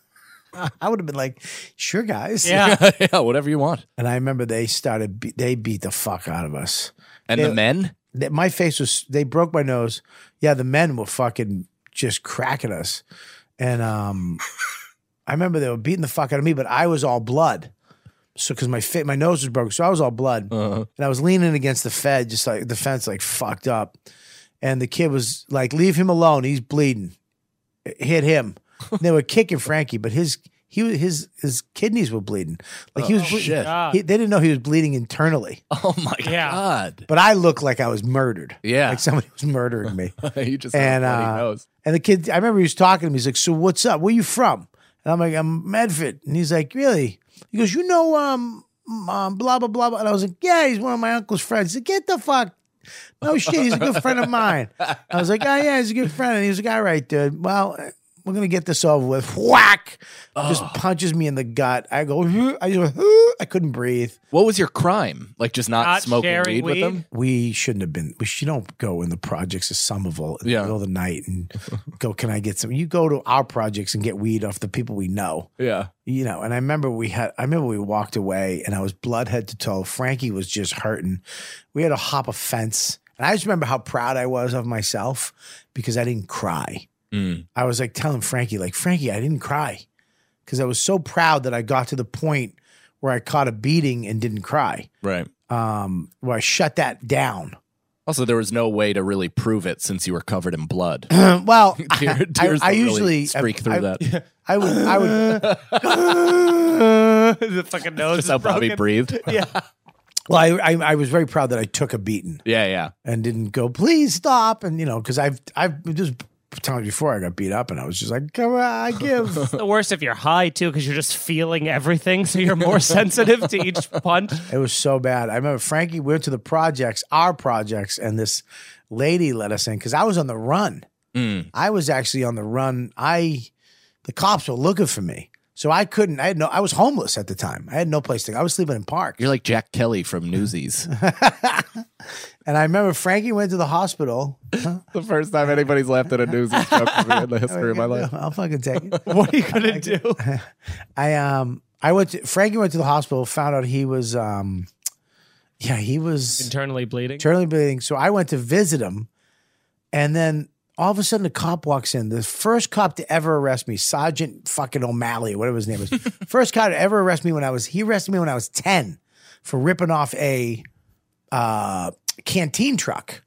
S2: I would have been like, "Sure, guys,
S8: Yeah. yeah, whatever you want."
S2: And I remember they started, be- they beat the fuck out of us.
S8: And the
S2: They-
S8: men?
S2: they- my face was, they broke my nose. Yeah, the men were fucking just cracking us. And um, I remember they were beating the fuck out of me, but I was all blood. So, because my fit, my nose was broken, so I was all blood,
S8: Uh-huh.
S2: and I was leaning against the fed, just like the fence, like fucked up. And the kid was like, "Leave him alone. He's bleeding." It hit him. they were kicking Frankie, but his he was- his his kidneys were bleeding. Like he
S8: Oh,
S2: was bleeding.
S8: shit.
S2: He- they didn't know he was bleeding internally.
S8: Oh my god.
S2: But I looked like I was murdered.
S8: Yeah.
S2: Like somebody was murdering me.
S8: you just
S2: and
S8: and,
S2: uh, and the kid, I remember he was talking to me. He's like, "So what's up? Where you from?" And I'm like, "I'm Medford." And he's like, "Really?" He goes, "You know, um, um, blah blah blah." blah." And I was like, "Yeah, he's one of my uncle's friends." He's like, "Get the fuck." No shit, he's a good friend of mine. I was like, oh yeah, he's a good friend. And he was like, all right, dude. Well, we're gonna get this over with. Whack! Just punches me in the gut. I go, "Huh." I go, "Huh." I couldn't breathe.
S8: What was your crime? Like just not, smoking weed, with them?
S2: We shouldn't have been. We should don't go in the projects of Somerville in
S8: Yeah.
S2: the middle of the night and go. Can I get some? You go to our projects and get weed off the people we know.
S8: Yeah.
S2: You know, and I remember we had. I remember we walked away, and I was blood head to toe. Frankie was just hurting. We had to hop a fence, and I just remember how proud I was of myself because I didn't cry. I was like telling Frankie, like Frankie, I didn't cry because I was so proud that I got to the point where I caught a beating and didn't cry
S8: Right.
S2: um, where I shut that down.
S8: Also, there was no way to really prove it since you were covered in blood.
S2: well,
S8: Tear-
S2: I, I-
S8: tears
S2: I
S8: don't really
S2: usually
S8: streak
S2: I-
S8: through
S2: I-
S8: that.
S2: I would, I would.
S4: the fucking nose.
S8: That's
S4: is
S8: how Bobby
S4: broken.
S8: breathed.
S4: Yeah.
S2: Well, I, I, I was very proud that I took a beating
S8: Yeah, yeah.
S2: and didn't go, please stop, and you know, because I've, I've just times before I got beat up, and I was just like, come on, I give.
S4: The worst if you're high too, because you're just feeling everything, so you're more sensitive to each punch.
S2: It was so bad. I remember Frankie went to the projects, our projects, and this lady let us in because I was on the run.
S8: Mm.
S2: I was actually on the run. I the cops were looking for me. So I couldn't, I had no I was homeless at the time. I had no place to go. I was sleeping in parks.
S8: You're like Jack Kelly from Newsies.
S2: And I remember Frankie went to the hospital.
S8: the first time anybody's laughed at a Newsies joke in the history of my life.
S2: I'll fucking take it.
S4: What are you gonna do?
S2: I um I went to Frankie went to the hospital, found out he was um yeah, he was
S4: Internally bleeding.
S2: Internally bleeding. So I went to visit him, and then all of a sudden, a cop walks in. The first cop to ever arrest me, Sergeant fucking O'Malley, whatever his name is. first cop to ever arrest me when I was he arrested me when I was ten for ripping off a uh, canteen truck.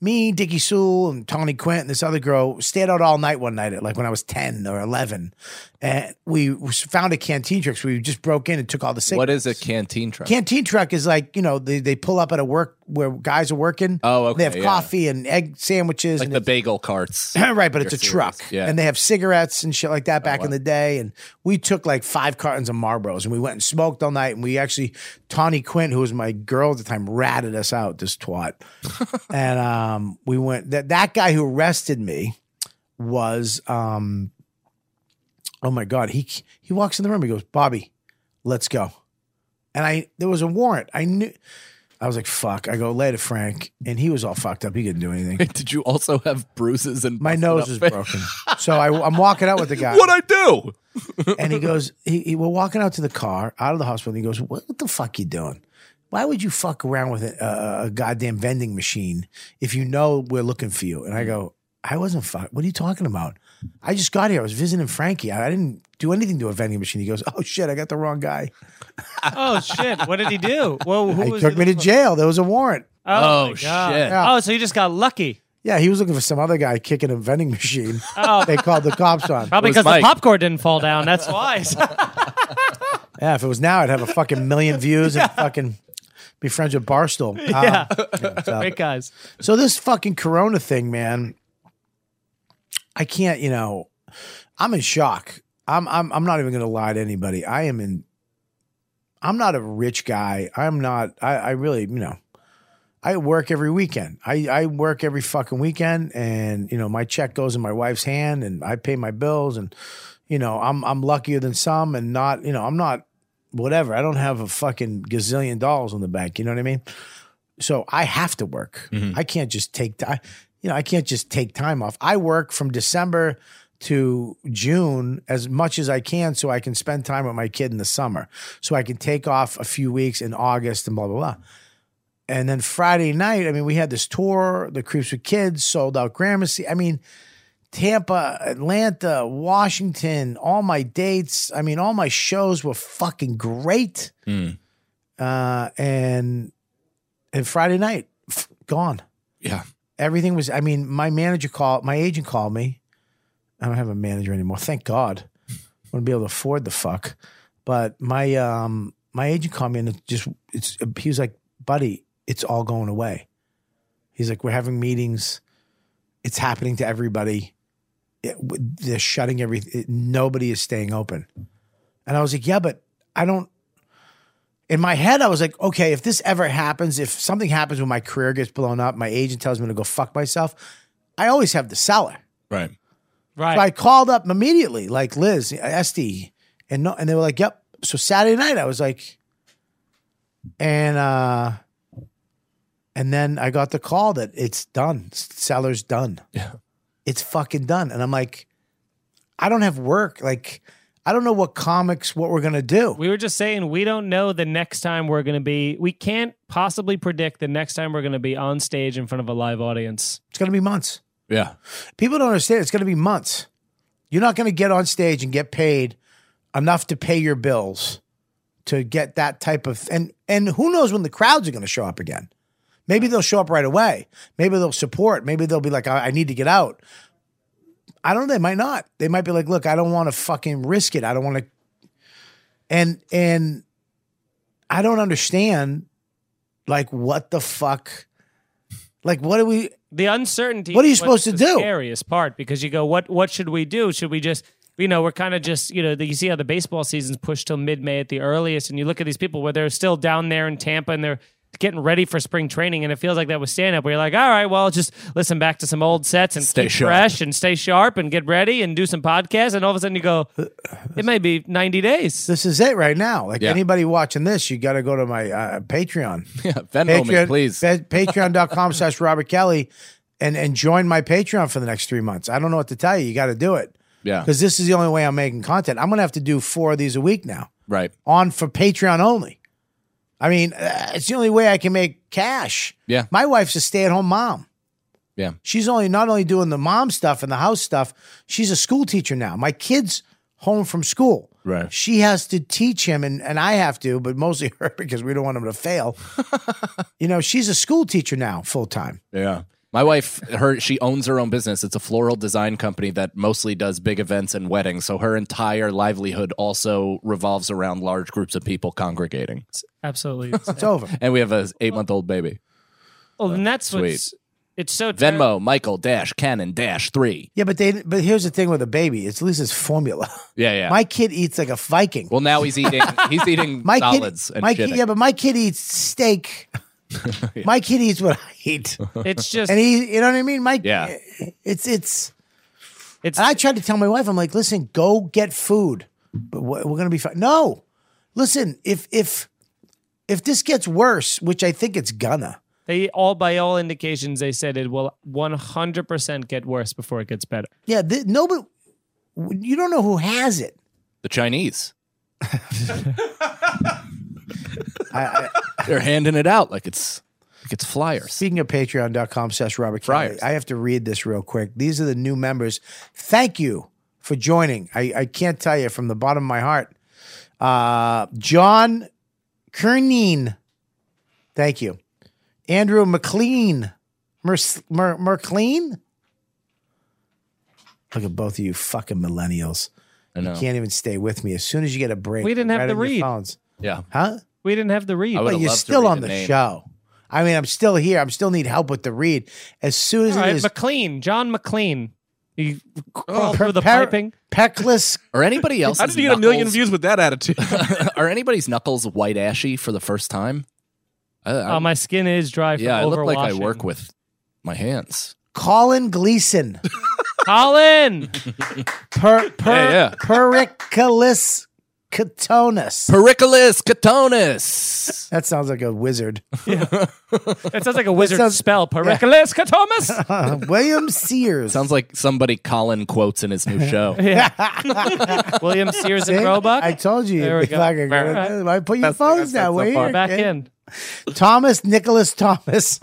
S2: me, Dickie Sewell, and Tony Quint, and this other girl stayed out all night one night at like when I was ten or eleven, and we found a canteen truck. So we just broke in and took all the cigarettes.
S8: What is a canteen truck?
S2: Canteen truck is like you know they, they pull up at a work where guys are working.
S8: Oh, okay,
S2: They have
S8: yeah.
S2: coffee and egg sandwiches.
S8: like
S2: and
S8: the bagel carts.
S2: it's- right, but it's a
S8: Your
S2: truck,
S8: cereals, yeah.
S2: and they have cigarettes and shit like that back in the day. And we took like five cartons of Marlboros, and we went and smoked all night. And we actually Tawny Quint, who was my girl at the time, ratted us out this twat. and um, we went that that guy who arrested me was um, oh my god, he he walks in the room, he goes, Bobby, let's go. And I there was a warrant. I knew. I was like, fuck. I go later, Frank. And he was all fucked up. He couldn't do anything.
S8: Did you also have bruises and
S2: My
S8: busted
S2: nose
S8: up
S2: is
S8: face?
S2: broken. So I, I'm walking out with the guy.
S8: What I
S4: Oh
S8: do?
S2: and he goes, he, he, we're walking out to the car, out of the hospital. And he goes, what the fuck you doing? Why would you fuck around with a, a goddamn vending machine if you know we're looking for you? And I go, I wasn't fuck. What are you talking about? I just got here. I was visiting Frankie. I, I didn't do anything to a vending machine. He goes, oh shit, I got the wrong guy.
S4: Oh shit! What did he do? Whoa! Who
S2: He
S4: was
S2: took
S4: it?
S2: me to jail. There was a warrant.
S4: Oh,
S8: Oh,
S4: my God.
S8: shit.
S4: Oh, so you just got lucky.
S2: Yeah, he was looking for some other guy kicking a vending machine.
S4: Oh.
S2: They called the cops on.
S4: Probably
S8: was
S4: because the
S8: Mike.
S4: popcorn didn't fall down. That's why.
S2: Yeah, if it was now, I'd have a fucking million views and fucking be friends with Barstool. Um,
S4: yeah.
S2: so-
S4: Great guys.
S2: So this fucking corona thing, man, I can't, you know, I'm in shock. I'm I'm I'm not even gonna lie to anybody. I am in I'm not a rich guy. I'm not I, I really, you know, I work every weekend. I, I work every fucking weekend and you know, my check goes in my wife's hand and I pay my bills and you know, I'm I'm luckier than some and not, you know, I'm not whatever. I don't have a fucking gazillion dollars in the bank. You know what I mean? So I have to work. I can't just take time. You know, I can't just take time off. I work from December to June as much as I can, so I can spend time with my kid in the summer. So I can take off a few weeks in August and blah blah blah. And then Friday night, I mean, we had this tour, the Creeps with Kids, sold out Gramercy. I mean, Tampa, Atlanta, Washington, all my dates. I mean, all my shows were fucking great. Uh, and and Friday night, pff, gone.
S8: Yeah.
S2: Everything was. I mean, my manager called. My agent called me. I don't have a manager anymore. Thank God. I wouldn't be able to afford the fuck. But my um my agent called me and it just it's he was like, buddy, it's all going away. He's like, we're having meetings. It's happening to everybody. It- w- they're shutting everything. Nobody is staying open. And I was like, yeah, but I don't. In my head, I was like, okay, if this ever happens, if something happens when my career gets blown up, my agent tells me to go fuck myself, I always have the seller.
S8: Right.
S4: Right.
S2: So I called up immediately, like Liz, Esty, and no, and they were like, "Yep." So Saturday night, I was like, and uh, and then I got the call that it's done. Seller's done. Yeah. It's fucking done. And I'm like, I don't have work. Like, I don't know what comics, what we're gonna do.
S4: We were just saying we don't know the next time we're going to be. We can't possibly predict the next time we're going to be on stage in front of a live audience.
S2: It's gonna be months.
S8: Yeah.
S2: People don't understand. It's going to be months. You're not going to get on stage and get paid enough to pay your bills to get that type of and and who knows when the crowds are going to show up again. Maybe they'll show up right away. Maybe they'll support. Maybe they'll be like, I, I need to get out. I don't know. They might not. They might be like, look, I don't want to fucking risk it. I don't want to. And and I don't understand, like what the fuck, like what do we?
S4: The uncertainty.
S2: What are you
S4: is
S2: supposed to
S4: what's the
S2: do?
S4: Scariest part because you go, what What should we do? Should we just you know, we're kind of just, you know, you see how the baseball season's pushed till mid May at the earliest. And you look at these people where they're still down there in Tampa and they're getting ready for spring training. And it feels like that with stand up where you're like, all right, well, just listen back to some old sets and
S8: Stay
S4: keep
S8: sharp.
S4: fresh and stay sharp and get ready and do some podcasts. And all of a sudden you go, it may be 90 days.
S2: This is it right now. Like
S4: Yeah.
S2: anybody watching this, you got to go to my uh, Patreon.
S8: Yeah, Venmo me, please.
S2: Patreon.com slash Robert Kelly and, and join my Patreon for the next three months. I don't know what to tell you. You got to do it.
S8: Yeah.
S2: Because this is the only way I'm making content. I'm going to have to do four of these a week now
S8: Right.
S2: on for Patreon only. I mean, uh, it's the only way I can make cash.
S8: Yeah.
S2: My wife's a stay at home mom.
S8: Yeah.
S2: She's only not only doing the mom stuff and the house stuff, she's a school teacher now. My kid's home from school.
S8: Right.
S2: She has to teach him and, and I have to, but mostly her because we don't want him to fail. you know, she's a school teacher now, full time.
S8: Yeah. My wife, her she owns her own business. It's a floral design company that mostly does big events and weddings. So her entire livelihood also revolves around large groups of people congregating.
S4: Absolutely.
S2: It's over.
S8: And we have a eight month old baby.
S4: Well, then that's
S8: Sweet.
S4: what's, it's so terrible.
S8: Venmo, Michael Dash, Canon Dash three.
S2: Yeah, but they but here's the thing with a baby, it's Lisa's formula.
S8: Yeah, yeah.
S2: My kid eats like a Viking.
S8: well, now he's eating. He's eating
S2: my
S8: solids
S2: kid,
S8: and
S2: my
S8: shit.
S2: kid, yeah, but my kid eats steak. My kid eats what I eat.
S4: It's just-
S2: and he, you know what I mean. My
S8: Yeah.
S2: it's it's.
S4: It's
S2: and I tried to tell my wife, I'm like, listen, go get food, but we're we're gonna be fine. No, listen, if if if this gets worse, which I think it's gonna,
S4: They all, by all indications, they said it will 100% get worse before it gets better.
S2: yeah, th- nobody, you don't know who has it.
S8: the Chinese.
S2: I, I,
S8: They're handing it out like it's like it's flyers.
S2: Speaking of patreon.com slash Robert Kelly, I have to read this real quick. These are the new members. Thank you for joining. I, I can't tell you from the bottom of my heart. Uh, John Kernin. Thank you. Andrew McLean. Mer- Mer- Merclean? Look at both of you fucking millennials.
S8: I know.
S2: You can't even stay with me. As soon as you get a break,
S4: We didn't
S2: you're
S4: have
S2: right
S4: to
S2: on your
S4: read.
S2: phones.
S8: Yeah.
S2: Huh?
S4: We didn't have the read.
S8: I would've
S2: But you're
S8: loved to
S2: still
S8: read
S2: on
S8: the
S2: the,
S8: name.
S2: show. I mean, I'm still here. I'm still need help with the read. As soon as
S4: All right,
S2: it is
S4: McLean, John McLean. He
S8: oh,
S4: crawled
S2: per-
S4: through the
S2: per-
S4: piping.
S8: Uh,
S2: peckless.
S8: Or anybody else?
S7: Oh, How did you get a million views
S8: with that attitude? Are anybody's knuckles white ashy for the first time? I, I-
S4: Oh, my skin is dry from
S8: yeah, I look like I
S4: overwashing.
S8: work with my hands.
S2: Colin Gleason,
S4: Colin!
S2: per per
S8: Yeah, yeah.
S2: periculus Catonis.
S8: Periculus Catonis.
S2: That sounds like a wizard.
S4: That sounds like a wizard
S2: sounds-
S4: spell. Periculus Catomus.
S2: Uh, William Sears.
S8: Sounds like somebody Colin quotes in his new show.
S4: yeah. William Sears and
S2: See?
S4: Roebuck.
S2: I told you.
S4: There we go.
S2: Fucking-
S4: All right.
S2: I put your phones down. Wait here,
S4: Back
S2: kid.
S4: in.
S2: Thomas Nicholas Thomas.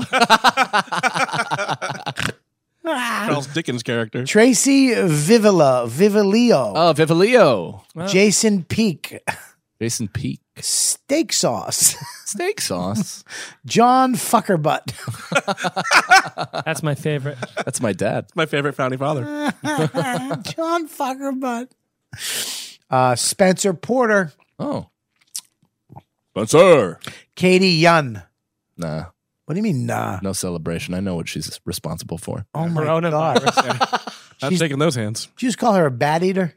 S7: Charles Dickens character.
S2: Tracy Vivilla. Vivilio.
S8: Oh, Vivilio.
S4: Oh.
S2: Jason Peak.
S8: Jason Peak.
S2: Steak sauce.
S8: Steak sauce.
S2: John Fuckerbutt.
S4: That's my favorite.
S8: That's my dad.
S7: My favorite founding
S8: Ah,
S7: father.
S2: John Fuckerbutt. Uh, Spencer Porter.
S8: Oh. Spencer.
S2: Katie Yun.
S8: Nah,
S2: What do you mean, nah?
S8: no celebration. I know what she's responsible for.
S2: Oh my god.
S4: Coronavirus.
S7: I'm taking those hands. Oh,
S2: Did you just call her a bat eater?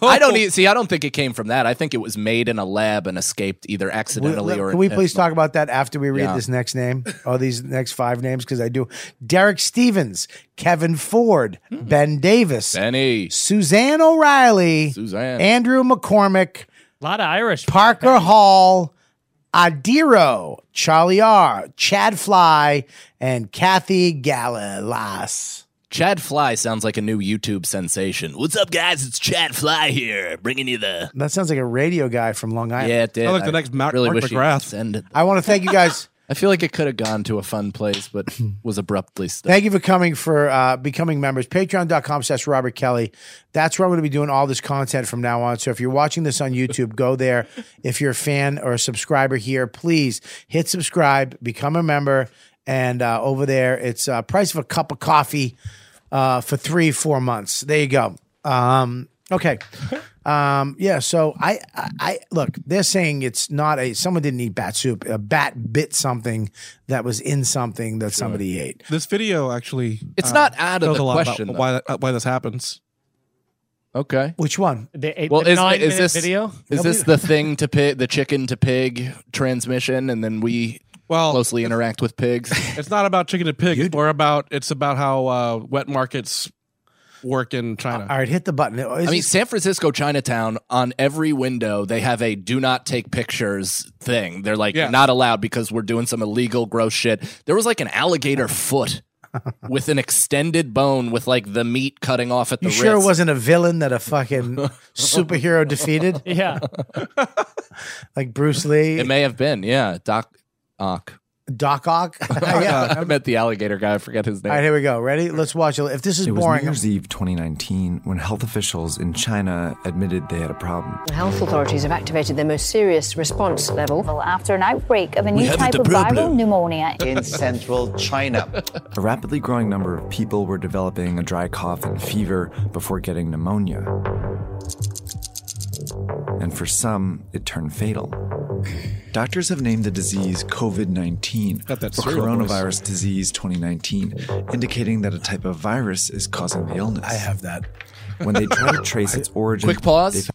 S8: I don't e- see. I don't think it came from that. I think it was made in a lab and escaped either accidentally or.
S2: Can we please talk about that after we read
S8: Yeah.
S2: this next name? Oh, these next five names because I do. Derek Stevens, Kevin Ford, Ben Davis,
S8: Benny,
S2: Suzanne O'Reilly,
S8: Suzanne,
S2: Andrew McCormick,
S4: A lot of Irish.
S2: Parker Hall, Adiro, Charlie R, Chad Fly, and Kathy Galalas.
S8: Chad Fly sounds like a new YouTube sensation. What's up, guys? It's Chad Fly here, bringing you the.
S2: That sounds like a radio guy from Long Island.
S8: Yeah, it did.
S7: I like the next Mark- Mark
S8: he
S7: McGrath.
S8: send it.
S2: I want to thank you guys.
S8: I feel like it could have gone to a fun place, but was abruptly stopped.
S2: Thank you for coming for uh, becoming members. Patreon.com slash Robert Kelly. That's where I'm going to be doing all this content from now on. So if you're watching this on YouTube, go there. If you're a fan or a subscriber here, please hit subscribe, become a member. And uh, over there, it's uh, price of a cup of coffee uh, for three, four months. There you go. Um, okay. Um, yeah. So I, I, I look. They're saying it's not a. Someone didn't eat bat soup. A bat bit something that was in something that somebody ate.
S7: This video actually. uh,
S8: It's not out of
S7: tells
S8: the
S7: a lot about
S8: question, though.
S7: Why, uh, why this happens.
S8: Okay.
S2: Which one?
S4: They ate
S8: Well,
S4: the
S8: is,
S4: nine
S8: is
S4: minute
S8: this
S4: video.
S8: is this the thing to pig, the chicken to pig transmission, and then we
S7: Well,
S8: closely interact with pigs?
S7: It's not about chicken and pig. It's more about it's about how uh, wet markets work in China.
S2: All right, hit the button. Is
S8: I mean,
S2: this-
S8: San Francisco Chinatown on every window they have a "do not take pictures" thing. They're like
S7: Yeah.
S8: not allowed because we're doing some illegal, gross shit. There was like an alligator foot with an extended bone with like the meat cutting off at the
S2: you sure it
S8: wrist.
S2: wasn't a villain that a fucking superhero defeated,
S4: Yeah.
S2: like Bruce Lee,
S8: It may have been, yeah. Doc Ock.
S2: Doc Ock? yeah.
S8: I met the alligator guy. I forget his name.
S2: All right, here we go. Ready? Let's watch it. If this is
S5: It was New
S2: boring,
S5: Year's Eve 2019 when health officials in China admitted they had a problem.
S1: Health authorities have activated their most serious response level. After an outbreak of a
S8: new haven't type the of viral problem.
S1: pneumonia.
S12: in central China.
S5: A rapidly growing number of people were developing a dry cough and fever before getting pneumonia. And for some, it turned fatal. Doctors have named the disease COVID 19 or
S7: Got that cereal
S5: coronavirus disease 2019, indicating that a type of virus is causing the illness. I have that. When they try to trace its origin,
S8: Quick pause.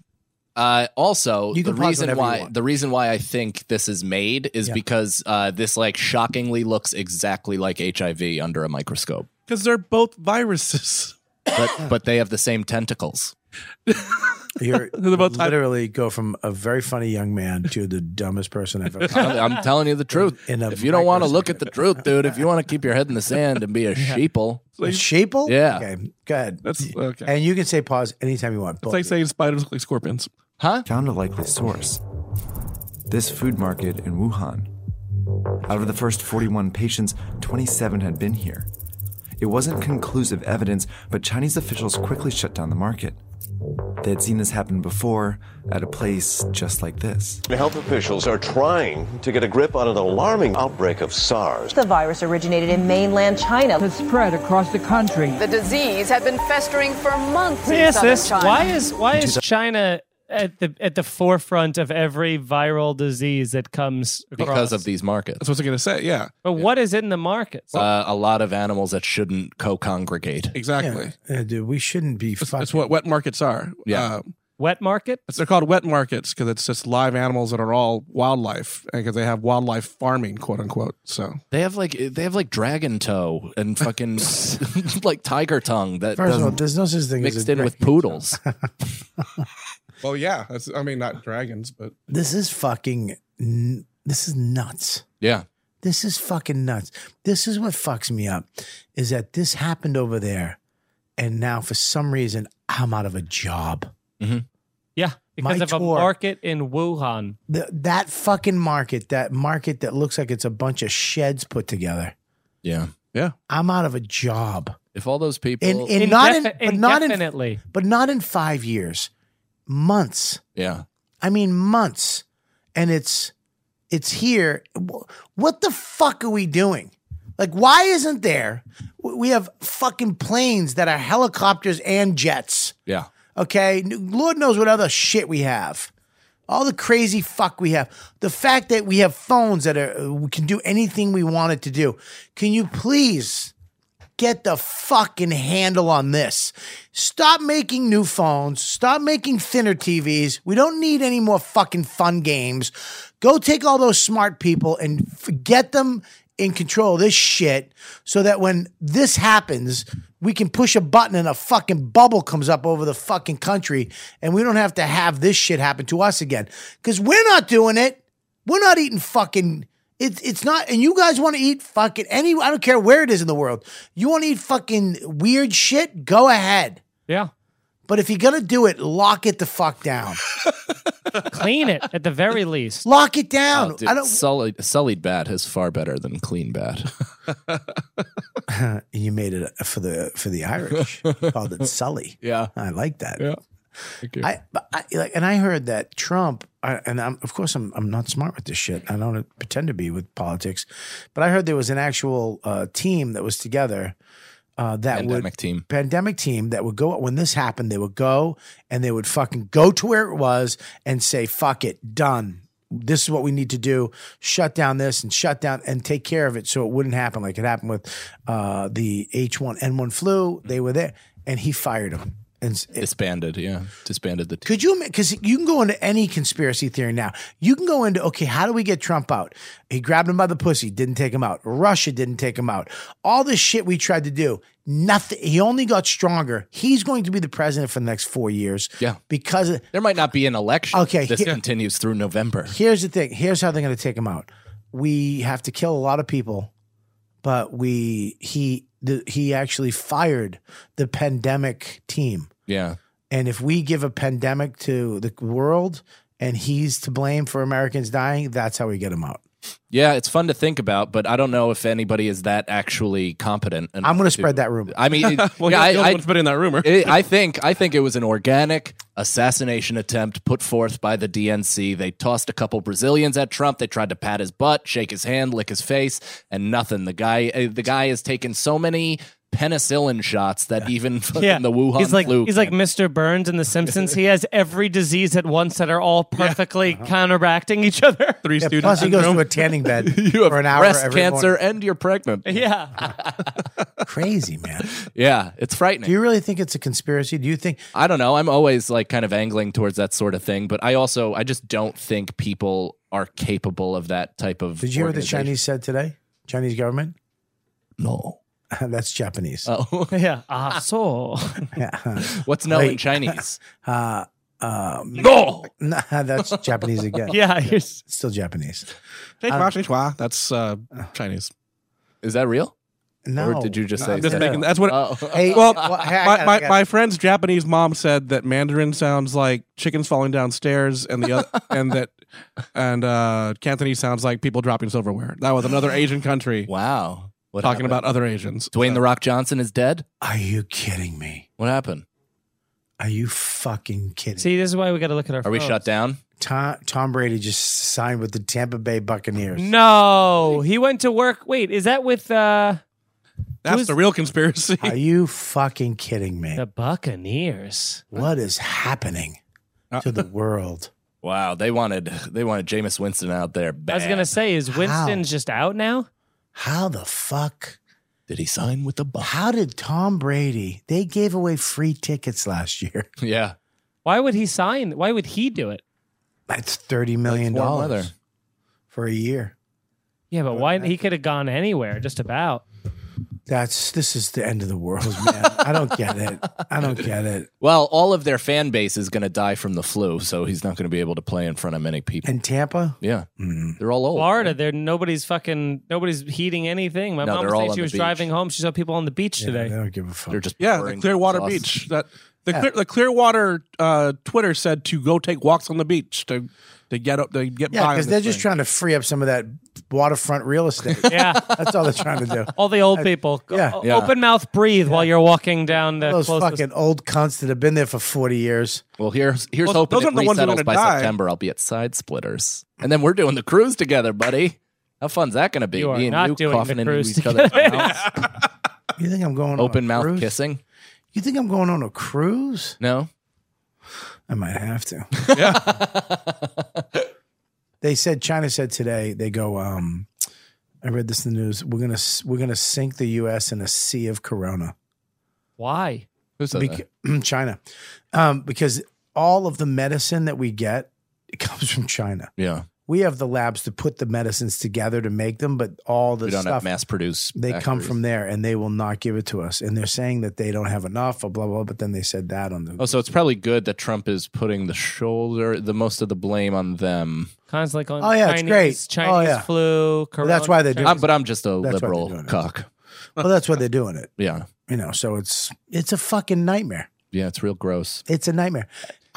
S8: Uh, also,
S2: You
S8: the
S2: can pause
S8: reason
S2: whenever you
S8: why
S2: want.
S8: the reason why I think this is made is because uh, this like shockingly looks exactly like HIV under a microscope,
S7: Because they're both viruses.
S8: but but they have the same tentacles.
S2: you're
S7: They're both-
S2: literally go from a very funny young man to the dumbest person I've ever.
S8: I'm, I'm telling you the truth.
S2: In a
S8: if you don't want to
S2: microscope.
S8: look at the truth, dude, if you want to keep your head in the sand and be a sheeple,
S2: A sheeple?
S8: Yeah.
S2: Okay. Go ahead.
S7: That's okay.
S2: And you can say pause anytime you want.
S7: it's like saying spiders look like scorpions.
S8: huh?
S5: found a likely source this food market in Wuhan. Out of the first 41 patients, 27 had been here. It wasn't conclusive evidence, but Chinese officials quickly shut down the market. They had seen this happen before at a place just like this.
S13: Health officials are trying to get a grip on an alarming outbreak of SARS.
S1: The virus originated in mainland China.
S14: has spread across the country.
S15: The disease had been festering for months
S4: Let me
S15: in
S4: ask
S15: southern
S4: this:
S15: China.
S4: Why is why is China at the at the forefront of every viral disease that comes across?
S8: because of these markets,
S7: That's what I was going to say. Yeah,
S4: But what is in the markets?
S8: uh, a lot of animals that shouldn't co-congregate.
S7: exactly.
S2: Yeah, dude, we shouldn't be fucking.
S7: That's what wet markets are.
S8: Yeah.
S7: Um,
S4: Wet market?
S7: It's- they're called wet markets because it's just live animals that are all wildlife and because they have wildlife farming, quote unquote. So
S8: They have like they have like dragon toe and fucking like tiger tongue that
S2: First of all,
S8: doesn't
S2: there's no such thing as
S8: mixed
S2: a
S8: in with
S2: dragon.
S8: poodles.
S7: Well, yeah. That's, I mean, not dragons, but
S2: This is fucking. n- This is nuts.
S8: yeah.
S2: This is fucking nuts. This is what fucks me up, is that this happened over there, and now for some reason I'm out of a job.
S4: Yeah, because
S2: My
S4: of
S2: tour.
S4: a market in Wuhan.
S2: Th- that fucking market, that market that looks like it's a bunch of sheds put together.
S8: Yeah.
S7: Yeah.
S2: I'm out of a job.
S8: If all those people
S2: In, in not in,
S4: Indefi-
S2: but not in,
S4: indefinitely.
S2: but not in five years, months.
S8: Yeah.
S2: I mean months, and it's it's here. Wh- What the fuck are we doing? Like, why isn't there? w- We have fucking planes that are helicopters and jets.
S8: Yeah.
S2: Okay, N- Lord knows what other shit we have. All the crazy fuck we have. The fact that we have phones that are uh, we can do anything we want it to do. Can you please get the fucking handle on this? Stop making new phones. Stop making thinner TVs. We don't need any more fucking fun games. Go take all those smart people and f- get them in control of this shit so that when this happens, we can push a button and a fucking bubble comes up over the fucking country and we don't have to have this shit happen to us again. Cause we're not doing it. We're not eating fucking. It's it's not. And you guys want to eat fucking any. I don't care where it is in the world. You want to eat fucking weird shit? Go ahead.
S4: Yeah.
S2: But if you're gonna do it, lock it the fuck down.
S4: Clean it at the very least.
S2: Lock it down.
S8: Oh, dude,
S2: I don't.
S8: sullied, sullied bat is far better than clean bat.
S2: you made it for the for the Irish. called it Sully.
S8: Yeah.
S2: I like that.
S7: Yeah.
S2: I, but I like, and I heard that Trump, I, and I'm, of course, I'm, I'm not smart with this shit. I don't pretend to be with politics, but I heard there was an actual uh, team that was together. Uh, that
S8: Pandemic
S2: would,
S8: team.
S2: pandemic team that would go when this happened. They would go and they would fucking go to where it was and say, "Fuck it, done. This is what we need to do. Shut down this and shut down and take care of it so it wouldn't happen like it happened with uh, the H1N1 flu. They were there, and he fired them. And s-
S8: Disbanded. Yeah. Disbanded the team.
S2: could you? Because you can go into any conspiracy theory now. You can go into okay, how do we get Trump out? He grabbed him by the pussy, didn't take him out. Russia didn't take him out. All this shit we tried to do, nothing. He only got stronger. He's going to be the president for the next four years.
S8: Yeah.
S2: because of-
S8: There might not be an election.
S2: Okay,
S8: This
S2: here-
S8: continues through November.
S2: here's the thing. Here's how they're going to take him out. We have to kill a lot of people, but we he the, he actually fired the pandemic team.
S8: Yeah.
S2: And if we give a pandemic to the world and he's to blame for Americans dying, that's how we get him out.
S8: Yeah, it's fun to think about, but I don't know if anybody is that actually competent.
S2: I'm going to spread that rumor.
S8: I mean, it-
S7: Well,
S8: yeah,
S7: you're the
S8: I,
S7: only one put in that rumor.
S8: It, I think I think it was an organic assassination attempt put forth by the DNC. They tossed a couple Brazilians at Trump. They tried to pat his butt, shake his hand, lick his face, and nothing. The guy uh, the guy has taken so many penicillin shots that even fucking
S4: Yeah,
S8: the Wuhan
S4: he's like
S8: flu.
S4: he's like Mr. Burns in The Simpsons. he has every disease at once that are all perfectly
S8: Uh-huh.
S4: counteracting each other.
S7: Three
S2: Yeah, plus, he goes to a tanning bed for an hour
S8: breast
S2: every
S8: cancer
S2: morning.
S8: and you're pregnant.
S4: Yeah,
S2: Crazy man.
S8: Yeah, it's frightening.
S2: Do you really think it's a conspiracy? Do you think?
S8: I don't know. I'm always like kind of angling towards that sort of thing, but I also I just don't think people are capable of that type of.
S2: Did you hear what the
S8: organization.
S2: Chinese said today? Chinese government.
S8: No.
S2: that's Japanese.
S8: Oh,
S4: yeah. Ah, so
S2: Yeah.
S8: what's no in
S2: Wait.
S8: Chinese?
S2: Uh, um,
S8: No.
S2: nah, that's Japanese again.
S4: yeah. you're s-
S2: It's still Japanese.
S7: Hua, shi, hua. That's uh, Chinese.
S8: Is that real?
S2: No.
S8: Or did you just say?
S7: I'm just making. That's what.
S8: Oh.
S2: Hey,
S7: Well,
S2: well, hey, I
S7: my,
S2: gotta-
S7: my,
S2: I gotta-
S7: my friend's Japanese mom said that Mandarin sounds like chickens falling downstairs, and the other, and that and uh, Cantonese sounds like people dropping silverware. That was another Asian country
S8: Wow. What
S7: talking
S8: happened?
S7: about uh, other Asians.
S8: Dwayne the Rock Johnson is dead.
S2: Are you kidding me?
S8: What happened?
S2: Are you fucking kidding?
S4: See, this is why we got to look at our.
S8: Are we
S4: phones.
S8: shut down?
S2: Tom, Tom Brady just signed with the Tampa Bay Buccaneers.
S4: No, he went to work. Wait, is that with uh
S7: That's
S4: who's-
S7: the real conspiracy.
S2: Are you fucking kidding me?
S4: the Buccaneers?
S2: What is happening to the world?
S8: Wow, they wanted they wanted Jameis Winston out there.
S4: I was
S8: bad.
S4: gonna say, is Winston
S2: How?
S4: just out now?
S2: How the fuck?
S8: Did he sign with the Buck?
S2: How did Tom Brady? They gave away free tickets last year.
S8: Yeah.
S4: Why would he sign? Why would he do it?
S2: That's thirty million
S8: warm weather.
S2: dollars for a year.
S4: Yeah, but why he could have gone anywhere? Just about.
S2: That's this is the end of the world, man. I don't get it. I don't get it.
S8: Well, all of their fan base is going to die from the flu, so he's not going to be able to play in front of many people.
S2: And Mm-hmm. Tampa?
S8: Yeah. They're
S2: Oh,
S8: all old.
S4: Florida, there nobody's fucking nobody's heating anything. My
S8: No,
S4: mom was
S8: they're all
S4: saying
S8: on
S4: she
S8: the
S4: was
S8: beach.
S4: driving home. She saw people on the beach today.
S2: I don't give a fuck.
S8: They're just
S7: Yeah, the
S8: pouring
S7: Clearwater
S8: sauce.
S7: Beach. That the
S2: Yeah.
S7: clear, the Clearwater uh, Twitter said to go take walks on the beach to to get up to get
S2: Yeah,
S7: by.
S2: because they're just trying to free up some of that waterfront real estate.
S4: Yeah.
S2: that's all they're trying to do.
S4: All the old people.
S2: Yeah.
S4: O-
S2: Yeah.
S4: Open mouth breathe while you're walking down the
S2: Those
S4: closest.
S2: fucking old cunts that have been there for forty years.
S8: Well, here's here's hoping it resettles by September. I'll be at Side Splitters, and then we're doing the cruise together, buddy. How fun's that going to be?
S4: You are
S8: Me and
S4: not
S8: you
S4: doing
S8: coughing
S4: the
S8: into
S4: cruise
S8: each other's
S4: together.
S8: mouths,
S2: You think I'm going on
S8: open
S2: a
S8: mouth
S2: cruise?
S8: kissing.
S2: You think I'm going on a cruise?
S8: No,
S2: I might have to. they said China said today they go. um I read this in the news. We're gonna s- we're gonna sink the U.S. in a sea of corona.
S4: Why?
S8: Uh.
S2: Bec- China, um, because all of the medicine that we get it comes from China.
S8: Yeah,
S2: We have the labs to put the medicines together to make them, but all the
S8: we don't
S2: stuff
S8: have mass produce.
S2: they come from there, and they will not give it to us. And they're saying that they don't have enough, or blah blah. blah but then they said that on the
S8: Oh, so it's probably good that Trump is putting the shoulder, the most of the blame on them.
S4: Kinds like on
S2: Oh, yeah, it's
S4: Chinese,
S2: great.
S4: Chinese
S2: Oh, yeah.
S4: flu.
S2: Well,
S4: Corona,
S2: that's why they do
S4: Chinese-
S8: I'm, but I'm just a
S2: That's why they're
S8: liberal
S2: doing it.
S8: cock.
S2: well, that's why they're doing it.
S8: Yeah,
S2: You know, so it's it's a fucking nightmare.
S8: yeah, it's real gross.
S2: It's a nightmare.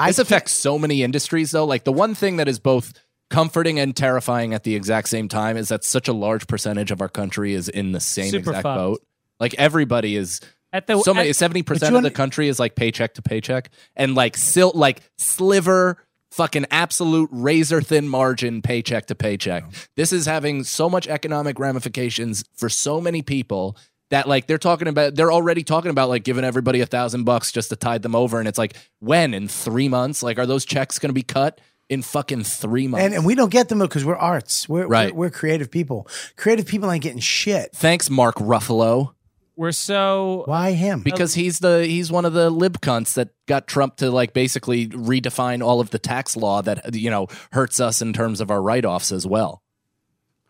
S8: this affects so many industries, though. Like the one thing that is both comforting and terrifying at the exact same time is that such a large percentage of our country is in the same
S4: Super
S8: exact
S4: fucked.
S8: boat. Like everybody is.
S4: At the-
S8: so many
S4: at-
S8: seventy
S4: But
S8: percent
S4: you
S8: of the
S4: un-
S8: country is like paycheck to paycheck, and like sil- like sliver, fucking absolute razor thin margin, paycheck to paycheck. This is having so much economic ramifications for so many people that like they're talking about, they're already talking about like giving everybody a thousand bucks just to tide them over, and it's like when in three months, like are those checks going to be cut in fucking three months?
S2: And, and we don't get them because we're arts. We're,
S8: Right.
S2: we're we're creative people. Creative people ain't getting shit.
S8: Thanks, Mark Ruffalo.
S4: We're so
S2: why him?
S8: because he's the he's one of the lib cunts that got Trump to like basically redefine all of the tax law that you know hurts us in terms of our write offs as well.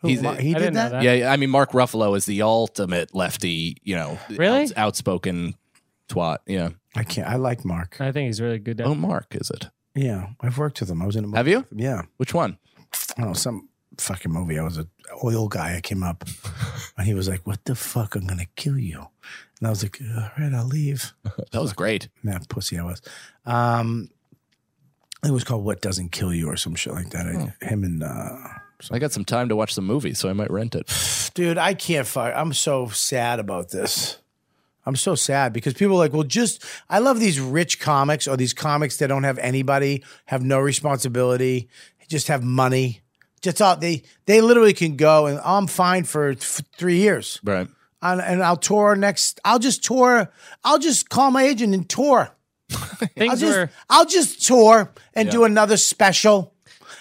S2: Who, Mar- he I did didn't know that? that.
S8: Yeah, yeah, I mean Mark Ruffalo is the ultimate lefty, you know,
S4: Really?
S8: outs- outspoken twat. Yeah.
S2: I can't. I like Mark.
S4: I think he's really good. At
S8: Oh, Mark, is it?
S2: Yeah, I've worked with him. I was in a movie.
S8: Have you?
S2: Yeah.
S8: Which one?
S2: I don't know some fucking movie. I was a oil guy. I came up, and he was like, "What the fuck? I'm gonna kill you." And I was like, "All right, I'll leave."
S8: That was great.
S2: Nah, pussy I was. Um, it was called "What Doesn't Kill You" or some shit like that. I, him and uh,
S8: I got some time to watch some movies, so I might rent it.
S2: dude, I can't fuck. I'm so sad about this. I'm so sad because people are like, well, just I love these rich comics or these comics that don't have anybody, have no responsibility, just have money. Just all they they literally can go and oh, I'm fine for f- three years,
S8: right?
S2: And, and I'll tour next. I'll just tour. I'll just call my agent and tour. I'll
S4: Things
S2: just
S4: were-
S2: I'll just tour and
S8: Yeah.
S2: do another special.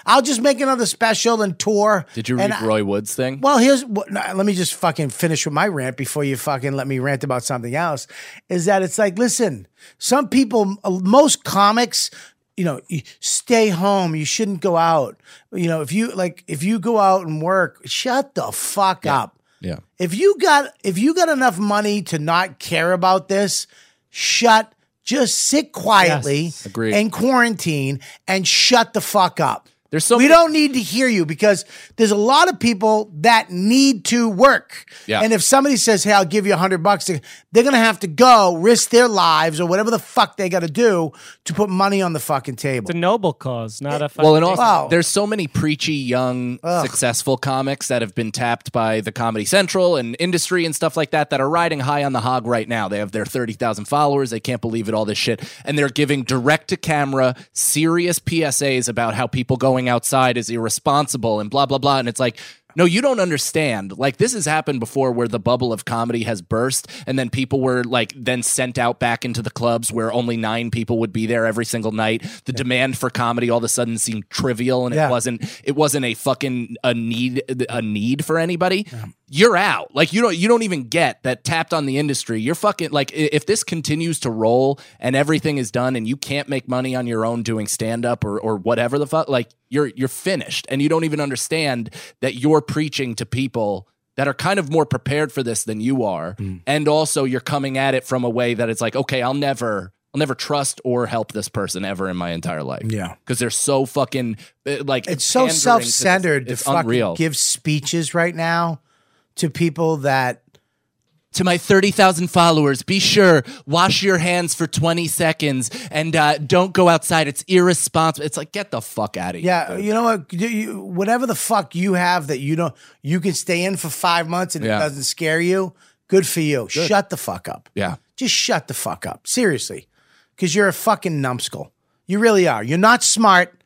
S2: I'll just make another special and tour.
S8: Did you
S2: and
S8: read Roy Wood's thing?
S2: well, here's what. no, Let me just fucking finish with my rant before you fucking let me rant about something else. Is that it's like, listen, some people, uh, most comics, you know, you stay home. You shouldn't go out. You know, if you like, if you go out and work, shut the fuck up.
S8: Yeah.
S2: If you got if you got enough money to not care about this, shut. Just sit quietly
S8: Yes. Agreed.
S2: and quarantine and shut the fuck up.
S8: There's so
S2: we don't need to hear you because there's a lot of people that need to work.
S8: Yeah.
S2: And if somebody says, "Hey, I'll give you a hundred bucks," they're gonna have to go risk their lives or whatever the fuck they got to do to put money on the fucking table.
S4: It's a noble cause, not a fucking.
S8: Well, and also,
S2: Wow.
S8: there's so many preachy, young, successful comics that have been tapped by the Comedy Central and industry and stuff like that that are riding high on the hog right now. They have their 30,000 followers. They can't believe it, all this shit. And they're giving direct to camera, serious PSAs about how people going outside is irresponsible and blah, blah, blah. And it's like, no, you don't understand. Like this has happened before where the bubble of comedy has burst and then people were like then sent out back into the clubs where only 9 people would be there every single night. The demand for comedy all of a sudden seemed trivial and
S2: Yeah.
S8: it wasn't it wasn't a fucking a need a need for anybody. You're out. Like you don't you don't even get that tapped on the industry. You're fucking like i- if this continues to roll and everything is done and you can't make money on your own doing stand up or or whatever the fuck like you're you're finished and you don't even understand that you're preaching to people that are kind of more prepared for this than you are,
S2: Mm.
S8: and also you're coming at it from a way that it's like, okay, I'll never. I'll never trust or help this person ever in my entire life.
S2: Yeah.
S8: because they're so fucking eh, like
S2: it's so
S8: pandering to this-
S2: self-centered
S8: It's
S2: to fucking
S8: unreal.
S2: give speeches right now to people that
S8: to my 30,000 followers, be sure, wash your hands for 20 seconds and uh, don't go outside. It's irresponsible. It's like, get the fuck out of here.
S2: yeah you know what you, you, whatever the fuck you have that you don't you can stay in for five months and
S8: Yeah.
S2: it doesn't scare you good for you
S8: Good.
S2: shut the fuck up
S8: Yeah.
S2: just shut the fuck up seriously because you're a fucking numbskull you really are you're not smart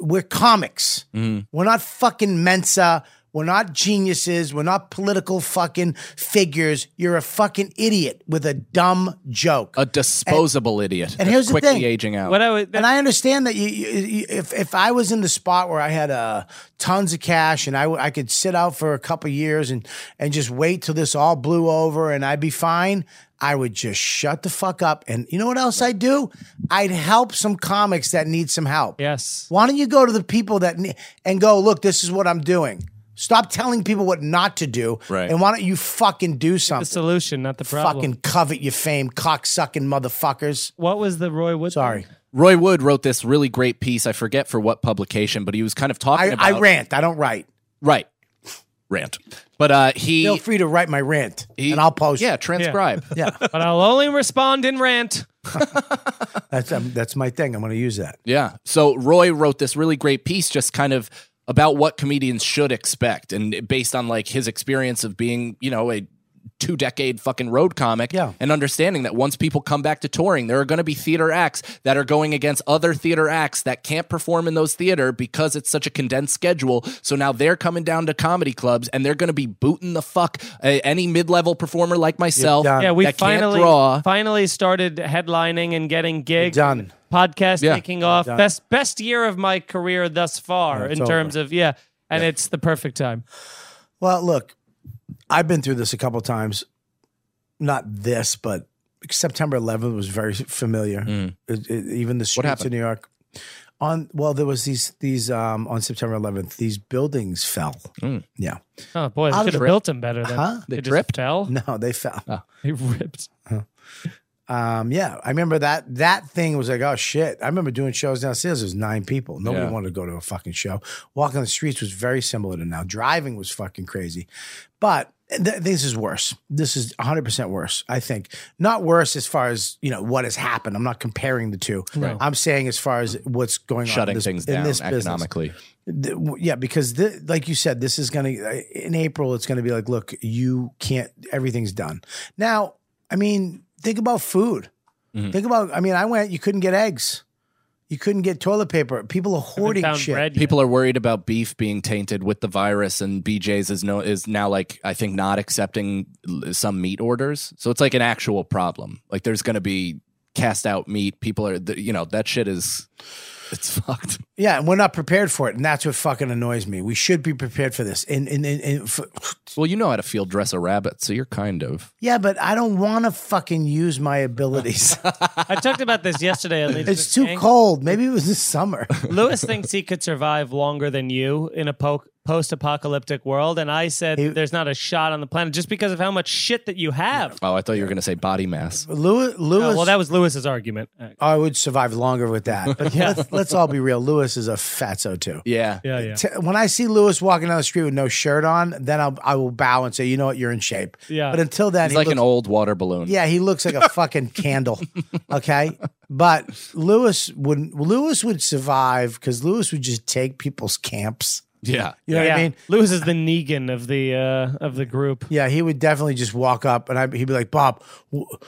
S2: we're comics
S8: Mm-hmm.
S2: We're not fucking Mensa. We're not geniuses. We're not political fucking figures. You're a fucking idiot with a dumb joke.
S8: A disposable idiot.
S2: And
S8: that's
S2: here's the
S8: quickly
S2: thing.
S8: aging out.
S2: and I understand that you, you, you- if if I was in the spot where I had uh, tons of cash and I, w- I could sit out for a couple years and and just wait till this all blew over and I'd be fine, I would just shut the fuck up. And you know what else I'd do? I'd help some comics that need some help.
S4: Yes.
S2: Why don't you go to the people that need and go look? This is what I'm doing. Stop telling people what not to do.
S4: Right.
S2: And why don't you fucking do something?
S4: The solution, not the problem.
S2: Fucking covet your fame, cocksucking motherfuckers.
S4: What was the Roy Wood?
S2: Sorry.
S8: Roy Wood wrote this really great piece. I forget for what publication, but he was kind of talking about.
S2: I, I rant. I don't write.
S8: Right. Rant. But uh, he.
S2: Feel free to write my rant, and I'll post.
S8: Yeah, transcribe.
S2: Yeah,
S4: but I'll only respond in rant.
S2: that's um, that's my thing. I'm going to use that.
S8: Yeah. So Roy wrote this really great piece just kind of about what comedians should expect and based on like his experience of being, you know, a two decade fucking road comic yeah. and understanding that once people come back to touring, there are going to be theater acts that are going against other theater acts that can't perform in those theater because it's such a condensed schedule. So now they're coming down to comedy clubs and they're going to be booting the fuck uh, any mid-level performer like myself.
S4: Yeah, we
S8: that
S4: finally
S8: can't draw.
S4: finally started headlining and getting gigs.
S2: Done.
S4: Podcast
S8: Yeah.
S4: taking off.
S8: Done.
S4: Best best year of my career thus far
S2: Yeah,
S4: in
S2: it's
S4: terms
S2: over.
S4: of yeah. And it's the perfect time.
S2: Well, look, I've been through this a couple times. Not this, but September 11th was very familiar. It- it- even the streets
S8: Mm. happened?
S2: of New York. On well, there was these these um, on September 11th. These buildings fell.
S8: Mm.
S2: Yeah,
S4: Oh boy, they
S2: I'll
S4: could have
S2: trip.
S4: built him better. Then.
S2: Huh?
S4: They,
S2: They
S4: just
S2: tripped?
S4: fell.
S2: no, they fell.
S4: They ripped.
S2: Um, yeah, I remember that that thing was like, oh shit. I remember doing shows downstairs. There was nine people. Nobody
S16: Yeah.
S2: wanted to go to a fucking show. Walking the streets was very similar to now. Driving was fucking crazy, but th- this is worse. This is 100 percent worse. I think not worse as far as you know what has happened. I'm not comparing the two.
S8: Right.
S2: I'm saying as far as what's going on
S8: Shutting
S2: in this,
S8: things
S2: in
S8: down
S2: this business.
S8: economically.
S2: Th- w- yeah because thi- like you said this is going to in april it's going to be like look you can't everything's done now i mean think about food
S4: Mm-hmm.
S2: think about i mean i went you couldn't get eggs you couldn't get toilet paper people are hoarding shit
S8: People are worried about beef being tainted with the virus, and BJ's is no is now like I think not accepting l- some meat orders. So it's like an actual problem. Like there's going to be cast out meat. People are th- you know that shit is it's fucked.
S2: yeah and we're not prepared for it and that's what fucking annoys me we should be prepared for this and, and, and, and for,
S8: Well, you know how to field dress a rabbit, so you're kind of
S2: yeah but i don't want to fucking use my abilities
S4: I talked about this yesterday. on Leads
S2: it's
S4: to
S2: too
S4: Gang.
S2: cold maybe it was this summer
S4: Lewis thinks he could survive longer than you in a po- post-apocalyptic world, and I said there's not a shot on the planet just because of how much shit that you have. Uh,
S8: oh I thought you were going to say body mass.
S2: Lewis, Lewis
S4: well, that was Lewis's argument. Uh,
S2: I would survive longer with that. But
S4: Yeah.
S2: let's, let's all be real. Lewis is a fatso too.
S8: Yeah,
S4: yeah, yeah.
S2: T- When I see Lewis walking down the street with no shirt on, then I'll, I will bow and say, you know what, you're in shape.
S8: Yeah.
S2: But until then,
S8: He's
S2: he
S8: like an
S2: looks-
S8: old water balloon.
S2: Yeah, he looks like a fucking candle. Okay. But Lewis would Lewis would survive because Lewis would just take people's camps.
S8: Yeah.
S2: You know what I
S4: Yeah.
S2: mean?
S4: Lewis is the Negan of the uh, of the group.
S2: Yeah, he would definitely just walk up and I, he'd be like, Bob, w-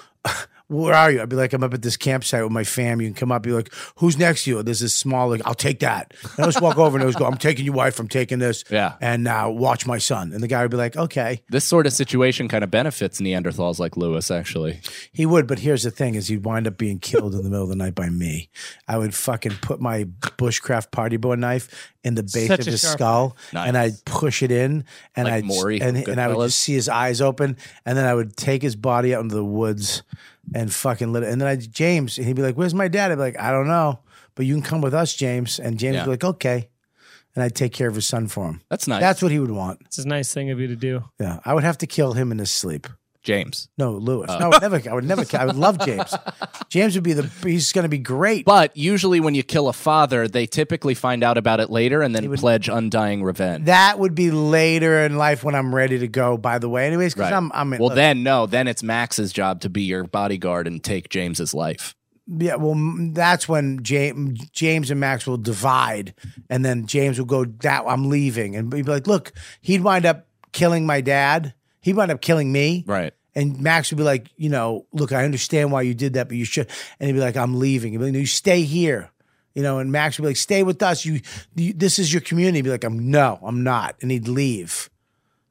S2: where are you? I'd be like, I'm up at this campsite with my fam. You can come up. Be like, who's next to you? There's this small, like, I'll take that. And I just walk over and I was go, I'm taking your wife. I'm taking this.
S8: Yeah.
S2: And now watch my son. And the guy would be like, okay.
S8: This sort of situation kind of benefits Neanderthals like Lewis, actually.
S2: He would, but here's the thing: is he'd wind up being killed in the middle of the night by me. I would fucking put my bushcraft party boy knife in the base
S8: Such
S2: of
S8: a
S2: his
S8: sharp
S2: skull,
S8: knife.
S2: and I'd push it in, and
S8: Like
S2: I'd
S8: Maury
S2: and,
S8: from
S2: and I would
S8: Goodfellas.
S2: just see his eyes open, and then I would take his body out into the woods and fucking let it. And then I would James, and he'd be like, "Where's my dad?" I'd be like, "I don't know, but you can come with us, James." And James
S8: Yeah.
S2: would be like, "Okay." and I'd take care of his son for him.
S8: That's nice.
S2: That's what he would want.
S4: It's a nice thing of you to do.
S2: Yeah, I would have to kill him in his sleep.
S8: James.
S2: No, Lewis.
S8: Oh.
S2: No, I would never. I would never. I would love James. James would be the. He's going to be great.
S8: But usually, when you kill a father, they typically find out about it later and then pledge undying revenge.
S2: That would be later in life when I'm ready to go. By the way, anyways, because
S8: Right.
S2: I'm. I'm
S8: well,
S2: look,
S8: then no, then it's Max's job to be your bodyguard and take James's life.
S2: Yeah, well, m- that's when James, James and Max will divide, and then James will go. That I'm leaving, and he'd be like, "Look, he'd wind up killing my dad. He'd wind up killing me."
S8: Right.
S2: And Max would be like, "You know, look, I understand why you did that, but you should." And he'd be like, "I'm leaving." He'd be like, "No, you stay here." You know, and Max would be like, "Stay with us. You, you this is your community." He'd be like, "I'm no, I'm not," and he'd leave.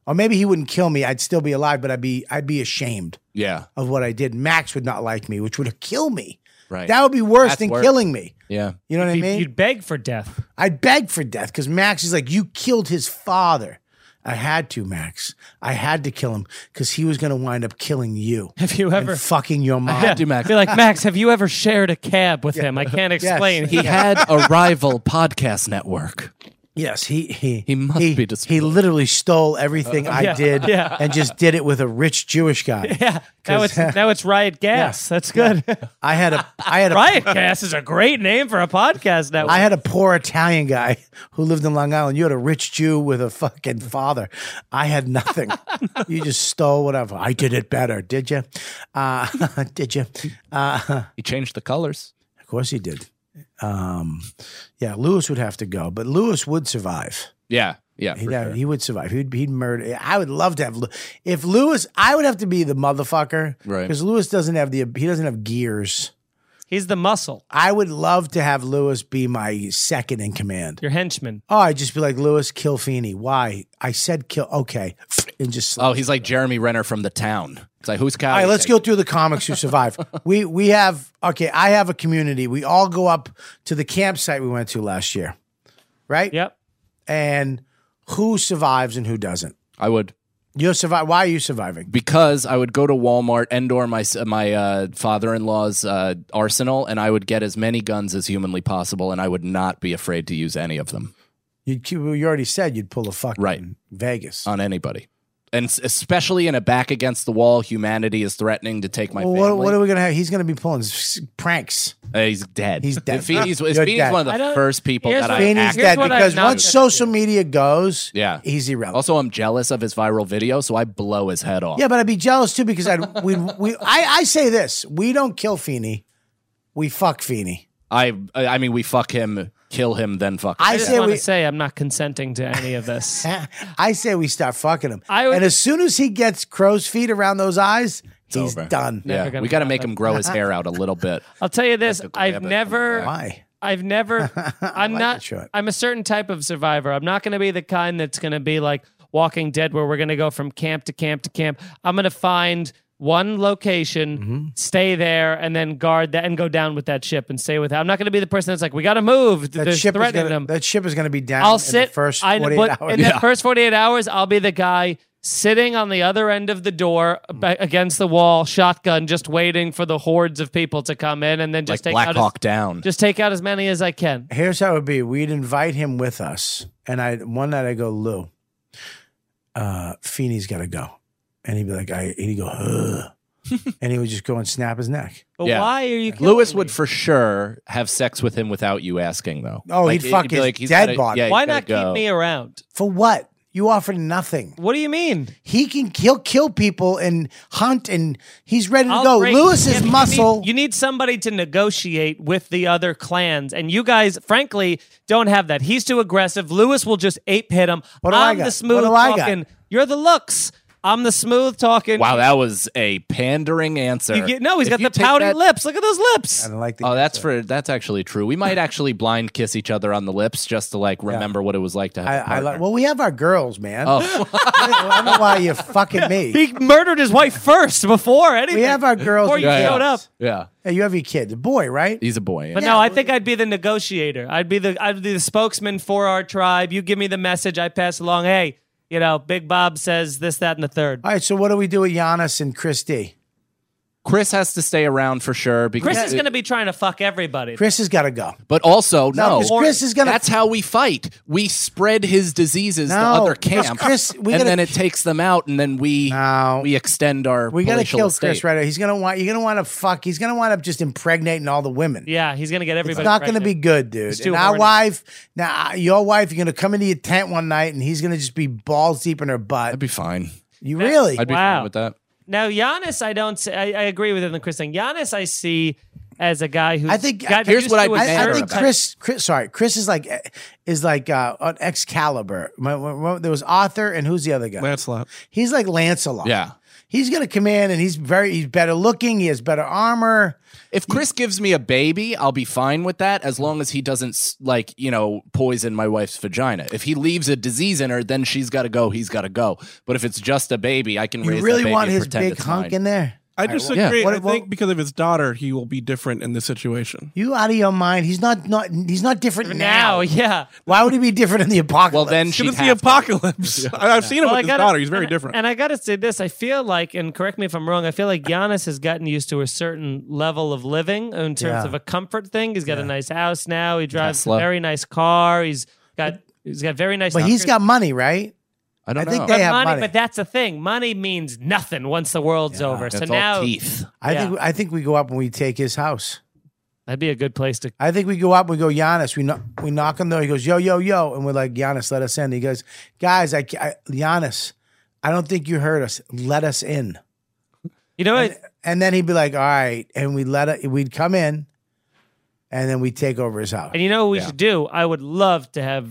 S2: Or maybe he wouldn't kill me. I'd still be alive, but I'd be I'd be ashamed
S8: Yeah.
S2: of what I did. Max would not like me, which would kill me.
S8: Right.
S2: That would be worse
S8: That's
S2: than
S8: worse.
S2: killing me.
S8: Yeah.
S2: You know what I
S4: You'd-
S2: mean?
S4: You'd beg for death.
S2: I'd beg for death because Max is like, you killed his father. I had to, Max. I had to kill him because he was going to wind up killing you.
S4: Have you ever
S2: fucking your mom?
S4: Be like Max. Have you ever shared a cab with him? I can't
S2: Yes.
S4: explain.
S2: He had
S8: a rival podcast network.
S2: Yes, he he
S8: he must
S2: be destroyed. He literally stole everything
S4: Uh,
S2: I
S4: yeah,
S2: did
S4: yeah.
S2: and just did it with a rich Jewish guy.
S4: Yeah. Now
S2: 'Cause-
S4: it's now it's riot gas. That's good.
S2: I had a I had a
S4: riot gas is a great name for a podcast network.
S2: I had a poor Italian guy who lived in Long Island. You had a rich Jew with a fucking father. I had nothing. you just stole whatever. I did it better. Did you? Uh, did you? Uh,
S8: he changed the colors.
S2: Of course he did. Um, yeah, Lewis would have to go, but Lewis would survive.
S8: Yeah. Yeah.
S2: He'd
S8: for
S2: have-
S8: sure.
S2: He would survive. He'd, he'd murder. I would love to have Lew- if Lewis. I would have to be the motherfucker,
S8: Right.
S2: Because Lewis doesn't have the he doesn't have gears.
S4: He's the muscle.
S2: I would love to have Lewis be my second in command.
S4: Your henchman.
S2: Oh, I'd just be like Lewis, kill Feeney. Why? I said kill. Okay, and just
S8: Oh, he's like Jeremy Renner from the town. It's like who's cow?
S2: all right, let's go through the comics who survive. we we have okay. I have a community. We all go up to the campsite we went to last year, right?
S4: Yep.
S2: And who survives and who doesn't?
S8: I would.
S2: You survive. Why are you surviving?
S8: because I would go to Walmart and or my my uh, father in law's uh, arsenal, and I would get as many guns as humanly possible, and I would not be afraid to use any of them
S2: You you already said you'd pull a fucking
S8: Right.
S2: Vegas
S8: on anybody, and s- especially in a back against the wall, humanity is threatening to take my
S2: Well,
S8: family.
S2: what, what are we gonna have? He's gonna be pulling s- pranks.
S8: Uh, he's dead.
S2: He's dead.
S8: Feeney's,
S2: You're
S8: Feeney's
S2: dead.
S8: one
S2: I
S8: of the
S2: don't-
S8: first people
S2: Here's
S8: that
S2: what-
S8: I
S2: Feeney's
S8: actually-
S2: dead because once social media goes,
S8: yeah,
S2: he's irrelevant.
S8: Also, I'm jealous of his viral video, so I blow his head off.
S2: yeah, but I'd be jealous too because I'd we we I, I say this: we don't kill Feeney, we fuck Feeney.
S8: I I mean, we fuck him, kill him, then fuck.
S4: I,
S8: him.
S4: just
S2: say
S4: want
S2: we-
S4: to say I'm not consenting to any of this.
S2: I say we start fucking him.
S4: I would-
S2: and as soon as he gets crow's feet around those eyes, he's
S8: over.
S2: done.
S4: Never
S8: Yeah,
S4: gonna
S8: we got to
S4: happen.
S8: make him grow his hair out a little bit.
S4: I'll tell you this: I've
S8: habit.
S4: never.
S2: Why?
S4: I've never. I'm
S2: that
S4: not.
S2: shot.
S4: I'm a certain type of survivor. I'm not going to be the kind that's going to be like Walking Dead, where we're going to go from camp to camp to camp. I'm going to find one location,
S2: Mm-hmm.
S4: stay there, and then guard that and go down with that ship and stay with. it. I'm not going to be the person that's like, we got to move.
S2: That
S4: There's
S2: ship, is
S4: threatening
S2: gonna,
S4: them.
S2: that ship is going to be down
S4: I'll
S2: in
S4: sit
S2: the first
S4: I-
S2: 48
S4: but
S2: hours.
S4: In the first 48 hours, I'll be the guy sitting on the other end of the door
S2: Mm.
S4: ba- against the wall, shotgun, just waiting for the hordes of people to come in and then
S8: Like
S4: just take
S8: Black
S4: out
S8: Hawk
S4: as,
S8: Down.
S4: Just take out as many as I can.
S2: Here's how it would be: we'd invite him with us, and I one night I go, Lou, uh, Feeney's got to go, and he'd be like, I, and he'd go, "Ugh." and he would just go and snap his neck.
S4: But why are you?
S8: Lewis would for sure have sex with him without you asking, though.
S2: Oh, he'd
S8: it-
S2: fuck
S8: be
S2: his
S8: he's
S2: dead
S8: gotta-
S2: body.
S8: yeah, he's
S4: Why
S8: gotta
S4: not keep
S8: go.
S4: me around?
S2: For what? You offer nothing.
S4: What do you mean?
S2: He can kill kill people and hunt, and he's ready to
S4: I'll
S2: go.
S4: break- Yeah,
S2: Lewis's
S4: but you
S2: muscle.
S4: need- You need, somebody to negotiate with the other clans, and you guys, frankly, don't have that. He's too aggressive. Lewis will just ape hit him.
S2: What do I
S4: I'm
S2: got?
S4: the smooth
S2: What do I got?
S4: talking. You're the looks. I'm the smooth talking.
S8: Wow, that was a pandering answer.
S4: You get, no, he's
S8: If
S4: got
S8: you
S4: the
S8: take
S4: pouty
S8: that-
S4: lips. Look at those lips.
S2: I don't like the.
S8: Oh, that's for that's actually true. We might actually blind kiss each other on the lips just to like remember what it was like to have.
S2: I, I like. Well, we have our girls, man.
S8: Oh.
S2: I don't know why you fucking me.
S4: He murdered his wife first before anything.
S2: We have our girls.
S4: Before
S2: and
S4: you
S2: kids.
S4: showed up.
S8: yeah,
S2: Hey, you have your kid, the boy, right?
S8: he's a boy.
S4: But no, I think I'd be the negotiator. I'd be the I'd be the spokesman for our tribe. You give me the message, I pass along. Hey, you know, Big Bob says this, that, and the third.
S2: All right. So what do we do with Giannis and Christy?
S8: Chris has to stay around for sure because
S4: Chris is going to be trying to fuck everybody.
S2: Chris has got to go.
S8: But also, no,
S2: 'cause Chris is gonna-
S8: That's how we fight. We spread his diseases to
S2: No,
S8: other
S2: 'cause
S8: camps,
S2: Chris- we
S8: and
S2: gotta-
S8: then it takes them out, and then we we extend our
S2: We gotta
S8: palatial
S2: kill
S8: estate.
S2: Chris right away. He's gonna want. You're gonna want to fuck. He's gonna wind up just impregnating all the women.
S4: Yeah, he's going to get everybody.
S2: it's not
S4: pregnant.
S2: gonna be good, dude.
S4: He's too
S2: And our
S4: horny.
S2: wife, now uh, your wife, you're gonna come into your tent one night, and he's gonna just be balls deep in her butt. I'd
S8: be fine.
S2: You really?
S4: I'd be fine Wow. with
S8: that.
S4: Now, Giannis, I don't. see- I, I agree with him and Chris thing. Giannis, I see as a guy who
S2: I think
S4: got used to a
S2: I, I
S4: certain
S2: think
S4: type-
S2: Chris, Chris. Sorry, Chris is like eh, is like uh, on Excalibur. My- my- my- there was Arthur, and who's the other guy?
S7: Lancelot.
S2: He's like Lancelot.
S8: Yeah.
S2: He's gonna come in, and he's very he's better looking. He has better armor.
S8: If Chris gives me a baby, I'll be fine with that as long as he doesn't s- like, you know, poison my wife's vagina. If he leaves a disease in her, then she's got to go, he's got to go. But if it's just a baby, I can
S2: You
S8: raise
S2: really
S8: that baby
S2: want
S8: and
S2: his
S8: pretend
S2: big
S8: it's
S2: hunk
S8: mine.
S2: in there?
S7: I
S2: All right, well-
S7: disagree.
S2: What-
S7: I
S2: what-
S7: think because of his daughter, he will be different in this situation.
S2: You out of your mind? He's not not he's not different now.
S4: yeah.
S2: Why would he be different in the apocalypse? Well, then
S7: Because it's the apocalypse. I- I've seen him
S4: Well,
S7: with
S4: I
S7: his
S4: gotta-
S7: daughter. He's very
S4: and-
S7: different.
S4: And I got to say this: I feel like, and correct me if I'm wrong, I feel like Giannis has gotten used to a certain level of living in terms
S7: Yeah.
S4: of a comfort thing. He's got a nice house now. He drives
S2: Tesla.
S4: a very nice car. He's got he's got very nice.
S2: But he's got money, right?
S8: I
S2: don't I think know. they
S4: But
S2: have
S4: money,
S2: money.
S4: But that's the thing: money means nothing once the world's over. So
S2: It's all
S4: now
S2: teeth. I think I think we go up and we take his house.
S4: That'd be a good place to.
S2: I think we go up. We go Giannis. We knock. We knock on the door. He goes, yo, yo, yo, and we're like, Giannis, let us in. He goes, guys, I, ca- I Giannis, I don't think you heard us. Let us in.
S4: You know
S2: what? And, and then he'd be like, all right, and we let it. We'd come in, and then we take over his house.
S4: And you know what we should do? I would love to have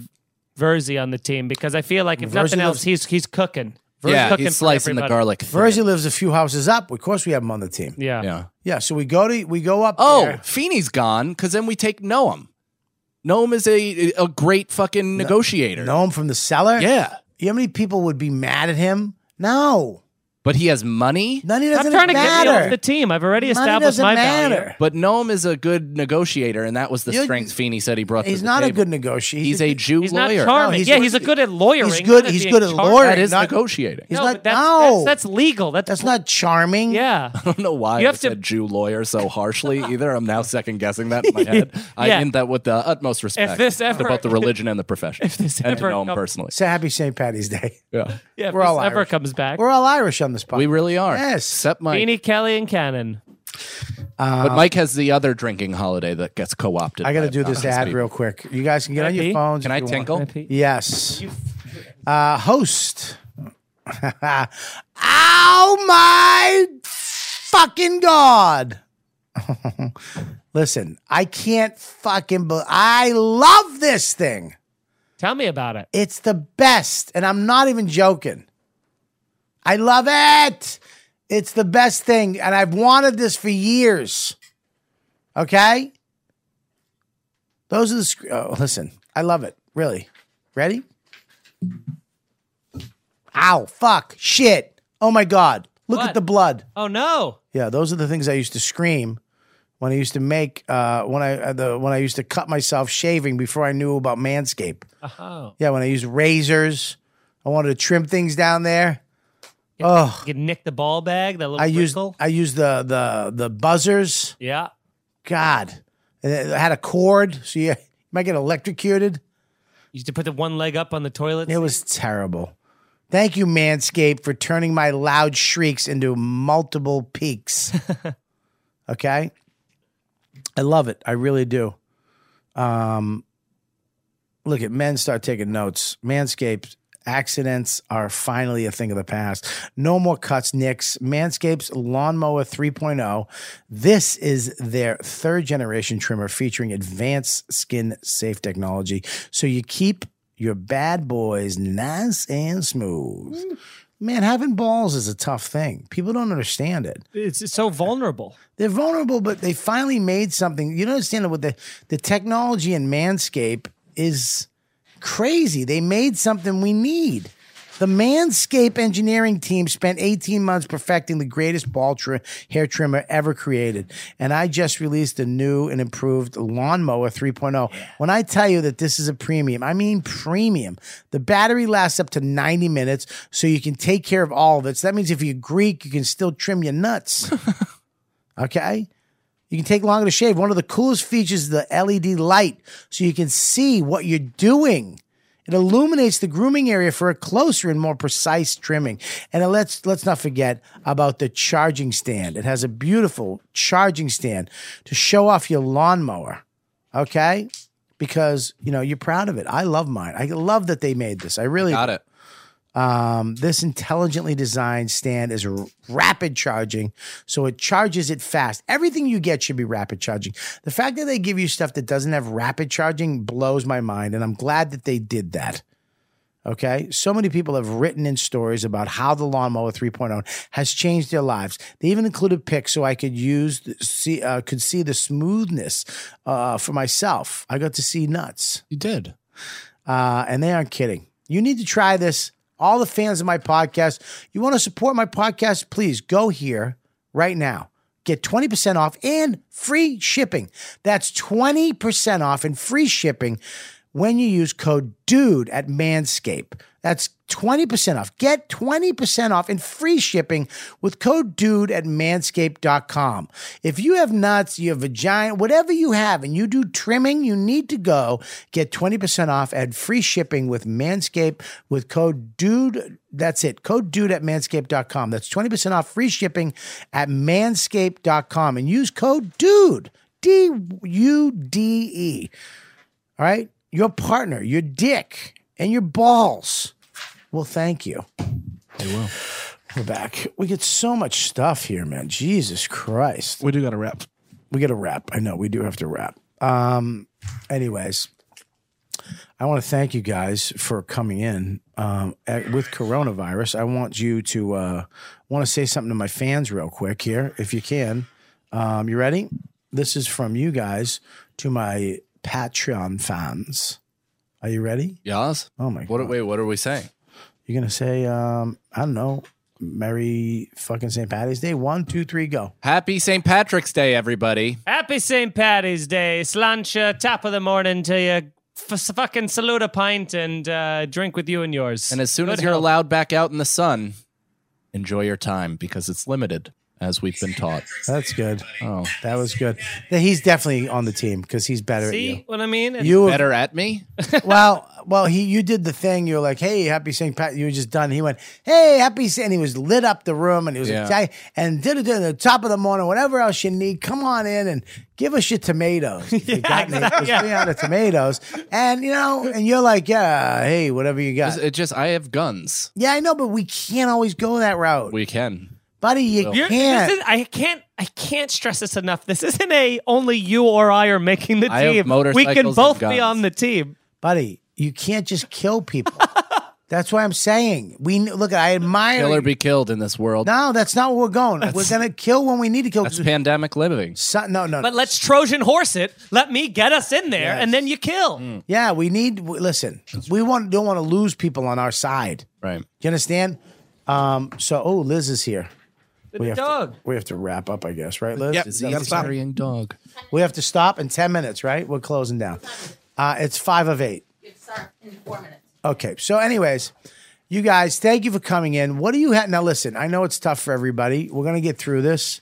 S4: Verzi on the team because I feel like if
S2: Verzi
S4: nothing
S2: lives-
S4: else, he's he's cooking. Verzi's
S8: Yeah,
S4: cooking
S8: he's
S4: for
S8: slicing the
S4: everybody.
S8: garlic.
S2: Verzi lives a few houses up. Of course, we have him on the team.
S4: Yeah.
S8: Yeah.
S2: Yeah. So we go to we go up.
S8: Oh,
S2: there.
S8: Feeney's gone because then we take Noam. Noam is a a great fucking negotiator.
S2: Noam from the cellar.
S8: Yeah.
S2: You know how many people would be mad at him? No.
S8: But he has money.
S2: None of it
S4: Stop
S2: doesn't
S4: trying to get
S2: matter.
S4: me off the team. I've already
S2: Money
S4: established
S2: doesn't
S4: my value.
S2: matter.
S8: But Noam is a good negotiator, and that was the
S2: You're-
S8: strength Feeney said he brought. to
S2: He's
S8: the
S2: not a
S8: table.
S2: good negotiator.
S8: He's a Jew
S4: He's not
S8: lawyer.
S4: charming. yeah, he's a good at lawyering.
S2: He's good.
S4: not
S2: He's
S4: being
S2: good at
S4: charming.
S2: lawyer.
S8: That is
S2: not-
S8: negotiating.
S2: He's
S4: No,
S2: not.
S4: but that's-
S2: no,
S4: that's- that's legal. That's,
S2: not charming.
S4: Yeah.
S8: I don't know why
S4: You
S8: I
S4: have
S8: said Jew lawyer so harshly either. I'm now second guessing that in my head. I
S4: Yeah.
S8: meant that with the utmost respect
S4: this
S8: to
S4: ever-
S8: both the religion and the profession, if
S4: this
S8: and to
S4: ever
S8: Noam
S4: comes-
S8: personally.
S2: It's a happy St. Patty's Day.
S8: Yeah,
S4: Yeah, if
S2: We're all
S4: this ever
S2: Irish.
S4: comes back.
S2: We're all Irish on this podcast.
S8: we really are.
S2: Yes.
S8: except Mike.
S4: Beanie Kelly and Cannon.
S8: but Mike has the other drinking holiday that gets co-opted.
S2: Um, I got to
S8: by
S2: do this
S8: nonsense
S2: ad
S8: people.
S2: real quick. You guys can get on your phones.
S8: Can
S2: if
S8: I
S2: you want.
S8: tinkle? Can I pee?
S2: Yes. Uh, host. oh my fucking god! Listen, I can't fucking. Be- I love this thing.
S4: Tell me about it.
S2: It's the best, and I'm not even joking. I love it. It's the best thing, and I've wanted this for years. Okay? Those are the sc- oh, listen. I love it. Really. Ready? Ow, fuck, shit. Oh my god. Look
S4: What?
S2: at the blood.
S4: Oh no.
S2: Yeah, those are the things I used to scream when I used to make uh, when I uh, the when I used to cut myself shaving before I knew about Manscaped.
S4: Oh.
S2: Yeah, when I used razors, I wanted to trim things down there. Oh,
S4: You nick the ball bag, that little
S2: I used
S4: wrinkle.
S2: I used the the the buzzers.
S4: Yeah.
S2: God, And it had a cord, so you, you might get electrocuted.
S4: You used to put the one leg up on the toilet.
S2: It was terrible. Thank you, Manscaped, for turning my loud shrieks into multiple peaks. okay, I love it. I really do. Um, look at men start taking notes. Manscaped accidents are finally a thing of the past. No more cuts, nicks. Manscaped's Lawnmower 3.0. This is their third generation trimmer featuring advanced skin safe technology. So you keep your bad boys nice and smooth. Man, having balls is a tough thing. People don't understand it.
S4: It's, it's so vulnerable.
S2: They're vulnerable, but they finally made something. You don't understand what the the technology in Manscaped is crazy. They made something we need. The Manscaped engineering team spent 18 months perfecting the greatest ball tri- hair trimmer ever created. And I just released the new and improved Lawnmower 3.0. When I tell you that this is a premium, I mean premium. The battery lasts up to 90 minutes, so you can take care of all of it. So that means if you're Greek, you can still trim your nuts. Okay. You can take longer to shave. One of the coolest features is the LED light, so you can see what you're doing. It illuminates the grooming area for a closer and more precise trimming. And it let's let's not forget about the charging stand. It has a beautiful charging stand to show off your lawnmower. Okay? Because you know you're proud of it. I love mine. I love that they made this. I really
S8: Got it.
S2: Um, this intelligently designed stand is r- rapid charging, so it charges it fast. Everything you get should be rapid charging. The fact that they give you stuff that doesn't have rapid charging blows my mind, and I'm glad that they did that. Okay. So many people have written in stories about how the lawnmower 3.0 has changed their lives. They even included pics so I could use, the- see, uh, could see the smoothness uh, for myself. I got to see nuts.
S8: You did.
S2: Uh, and they aren't kidding. You need to try this. All the fans of my podcast, you want to support my podcast? Please go here right now. Get 20% off and free shipping. That's 20% off and free shipping when you use code DUDE at Manscaped. That's 20% off. Get 20% off and free shipping with code DUDE at manscaped.com. If you have nuts, you have vagina, whatever you have, and you do trimming, you need to go get 20% off and free shipping with Manscaped with code DUDE. That's it. Code DUDE at manscaped.com. That's 20% off free shipping at manscaped.com and use code DUDE, D U D E. All right. Your partner, your dick, and your balls will thank you.
S7: They will.
S2: We're back. We get so much stuff here, man. Jesus Christ.
S7: We do got to wrap.
S2: We got to wrap. I know. We do have to wrap. Um, anyways, I want to thank you guys for coming in. Um, at- with coronavirus, I want you to uh, want to say something to my fans real quick here, if you can. Um, you ready? This is from you guys to my Patreon fans. Are you ready?
S8: Yes.
S2: Oh my
S8: What? Wait. What are we saying?
S2: You're gonna say, um, I don't know, Merry fucking St. Patty's Day. One, two, three, go.
S8: Happy St. Patrick's Day, everybody.
S4: Happy St. Patty's Day. Slancha, top of the morning to you. F- fucking salute a pint and uh, drink with you and yours.
S8: And as soon as you're allowed back out in the sun, enjoy your time because it's limited, as we've been taught.
S2: That's good. Oh, that was good. Th- He's definitely on the team because he's better
S4: See
S2: at you.
S4: what I mean? It's-
S2: You
S8: Better at me?
S2: well, well, he you did the thing. You were like, "Hey, happy St. Pat." You were just done. He went, "Hey, happy," St-" and he was lit up the room, and he was
S8: Yeah.
S2: excited. And did it at the top of the morning, whatever else you need, come on in and give us your tomatoes. If you got any,
S8: exactly.
S2: there's 300 tomatoes, and you know, and you're like, "Yeah, hey, whatever you got."
S8: It's- It just, I have guns.
S2: Yeah, I know, but we can't always go that route,
S8: We can.
S2: buddy. You
S4: You're-
S2: can't.
S4: This is, I can't. I can't stress this enough. This isn't a only you or I are making the
S2: I have
S4: team. We
S2: motorcycles
S4: can
S2: and
S4: both
S2: guns.
S4: be on the team.
S2: buddy. You can't just kill people. That's what I'm saying. We look. I admire.
S8: Kill or
S2: you.
S8: be killed in this world.
S2: No, that's not where we're going. we're gonna kill when we need to kill.
S8: That's pandemic living.
S2: So- no, no.
S4: But let's Trojan horse it. Let me get us in there,
S2: Yes. Mm.
S4: and then you kill.
S2: yeah, we need. w- Listen, we want don't want to lose people on our side.
S8: Right.
S2: You understand? Um. So, oh, Liz is here. We have,
S4: dog.
S2: To, we have to wrap up, I guess, right, Liz?
S8: Yep.
S2: Is that- that's fine.
S8: Disease-carrying dog.
S2: We have to stop in ten minutes, right? We're closing down. Uh, it's five of eight. Okay. So, anyways, you guys, thank you for coming in. What do you have now? Listen, I know it's tough for everybody. We're gonna get through this.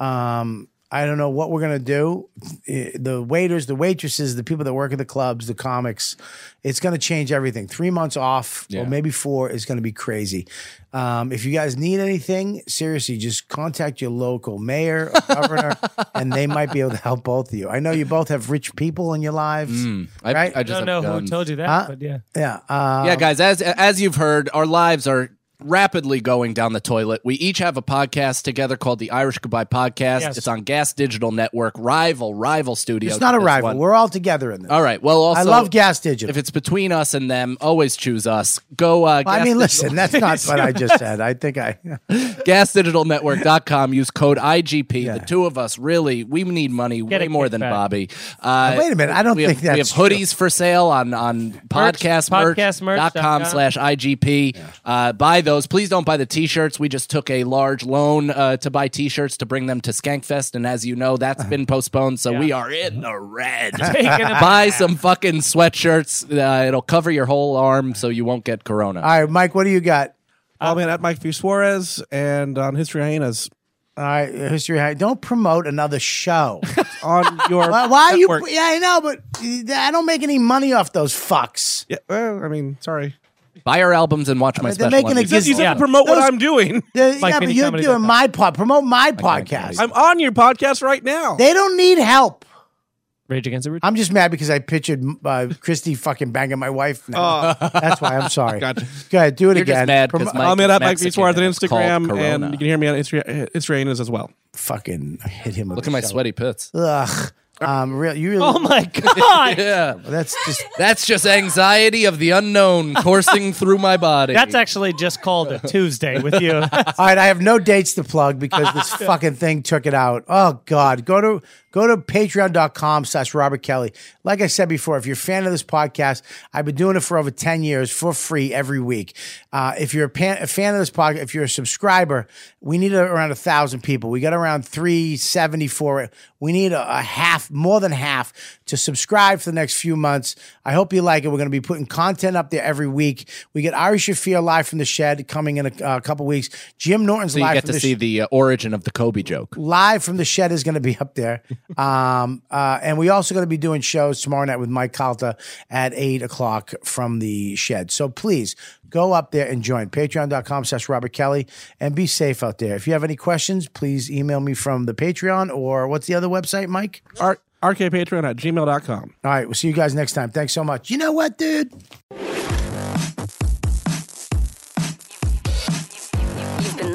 S2: Um, I don't know what we're gonna do. Eh, The waiters, the waitresses, the people that work at the clubs, the comics. It's gonna change everything. Three months off, or maybe four, is gonna be crazy. Um, if you guys need anything, seriously, just contact your local mayor or governor, and they might be able to help both of you. I know you both have rich people in your lives.
S8: I-
S2: right?
S8: I just
S4: I don't know who told you that,
S2: Huh?
S4: but yeah.
S2: Yeah. Um,
S8: yeah, guys, as as you've heard, our lives are rapidly going down the toilet. We each have a podcast together called the Irish Goodbye Podcast.
S2: Yes.
S8: It's on Gas Digital Network, rival rival studio.
S2: It's not a
S8: to this
S2: rival.
S8: one.
S2: We're all together in this.
S8: All right. Well, also
S2: I love Gas Digital.
S8: If it's between us and them, always choose us. Go. Uh,
S2: I
S8: Gas
S2: mean,
S8: Digital-
S2: listen, that's not what I just said. I think I.
S8: GasDigitalNetwork.com. Use code IGP. The two of us really, we need money
S2: Get
S8: way
S2: a
S8: more than
S2: kickback.
S8: Bobby. Uh,
S2: Wait a minute, I don't
S8: we have-
S2: think that's
S8: We have hoodies for sale on on
S4: podcastmerch.com.
S8: podcastmerch.com slash IGP. Uh, buy those. Please don't buy the t-shirts. We just took a large loan uh, to buy t-shirts to bring them to Skankfest, and as you know, that's been postponed. So we are in the red.
S4: Taking a
S8: buy some fucking sweatshirts. Uh, it'll cover your whole arm, so you won't get corona.
S2: All right, Mike, what do you got?
S7: Oh man, at Mike V Suarez and on History Hyenas.
S2: All right, History High. Don't promote another show on
S7: your.
S2: Why, why are you?
S7: network.
S2: Yeah, I know, but I don't make any money off those fucks.
S7: Yeah, well, I mean, sorry.
S8: Buy our albums and watch my
S2: But they're
S8: special.
S2: making
S8: on
S2: a
S8: YouTube.
S2: gizmo. Those- They're- yeah, but you're doing my pod. Promote my podcast.
S7: I'm on your podcast right now.
S2: They don't need help.
S4: Rage Against the Root.
S2: I'm just mad because I pictured uh, Christy fucking banging my wife. Now. That's why I'm sorry.
S7: Oh. Gotcha.
S2: Go ahead, do it
S7: You're just
S2: again.
S7: mad 'cause
S2: Promo-
S7: Mike I'm at Mike V Suarez on Instagram, and you can hear me on Instagram. It's Rainers as well.
S2: Fucking hit him. With
S8: Look at my sweaty pits.
S2: Ugh. Um, real. You really.
S8: Oh
S4: my
S8: God. yeah.
S2: That's just
S8: that's just anxiety of the unknown coursing through my body.
S4: That's actually just called a Tuesday with you.
S2: All right, I have no dates to plug because this fucking thing took it out. Oh God. Go to go to patreon.com slash Robert Kelly. Like I said before, if you're a fan of this podcast, I've been doing it for over 10 years for free every week. Uh, if you're a, pan, a fan of this podcast, if you're a subscriber, we need around a thousand people. We got around 374. We need a, a half, more than half, to subscribe for the next few months. I hope you like it. We're going to be putting content up there every week. We get Ari Shafir live from the shed coming in a, a couple weeks. Jim Norton's
S8: So you
S2: live
S8: get
S2: from
S8: to
S2: the
S8: see the uh, origin of the Kobe joke.
S2: Live from the shed is going to be up there. Um, uh, and we also going to be doing shows tomorrow night with Mike Calta at eight o'clock from the shed. So please go up there and join patreon.com slash Robert Kelly and be safe out there. If you have any questions, please email me from the Patreon or what's the other website, Mike?
S7: R- rkpatreon at gmail.com.
S2: All right. We'll see you guys next time. Thanks so much. You know what, dude?
S16: You've been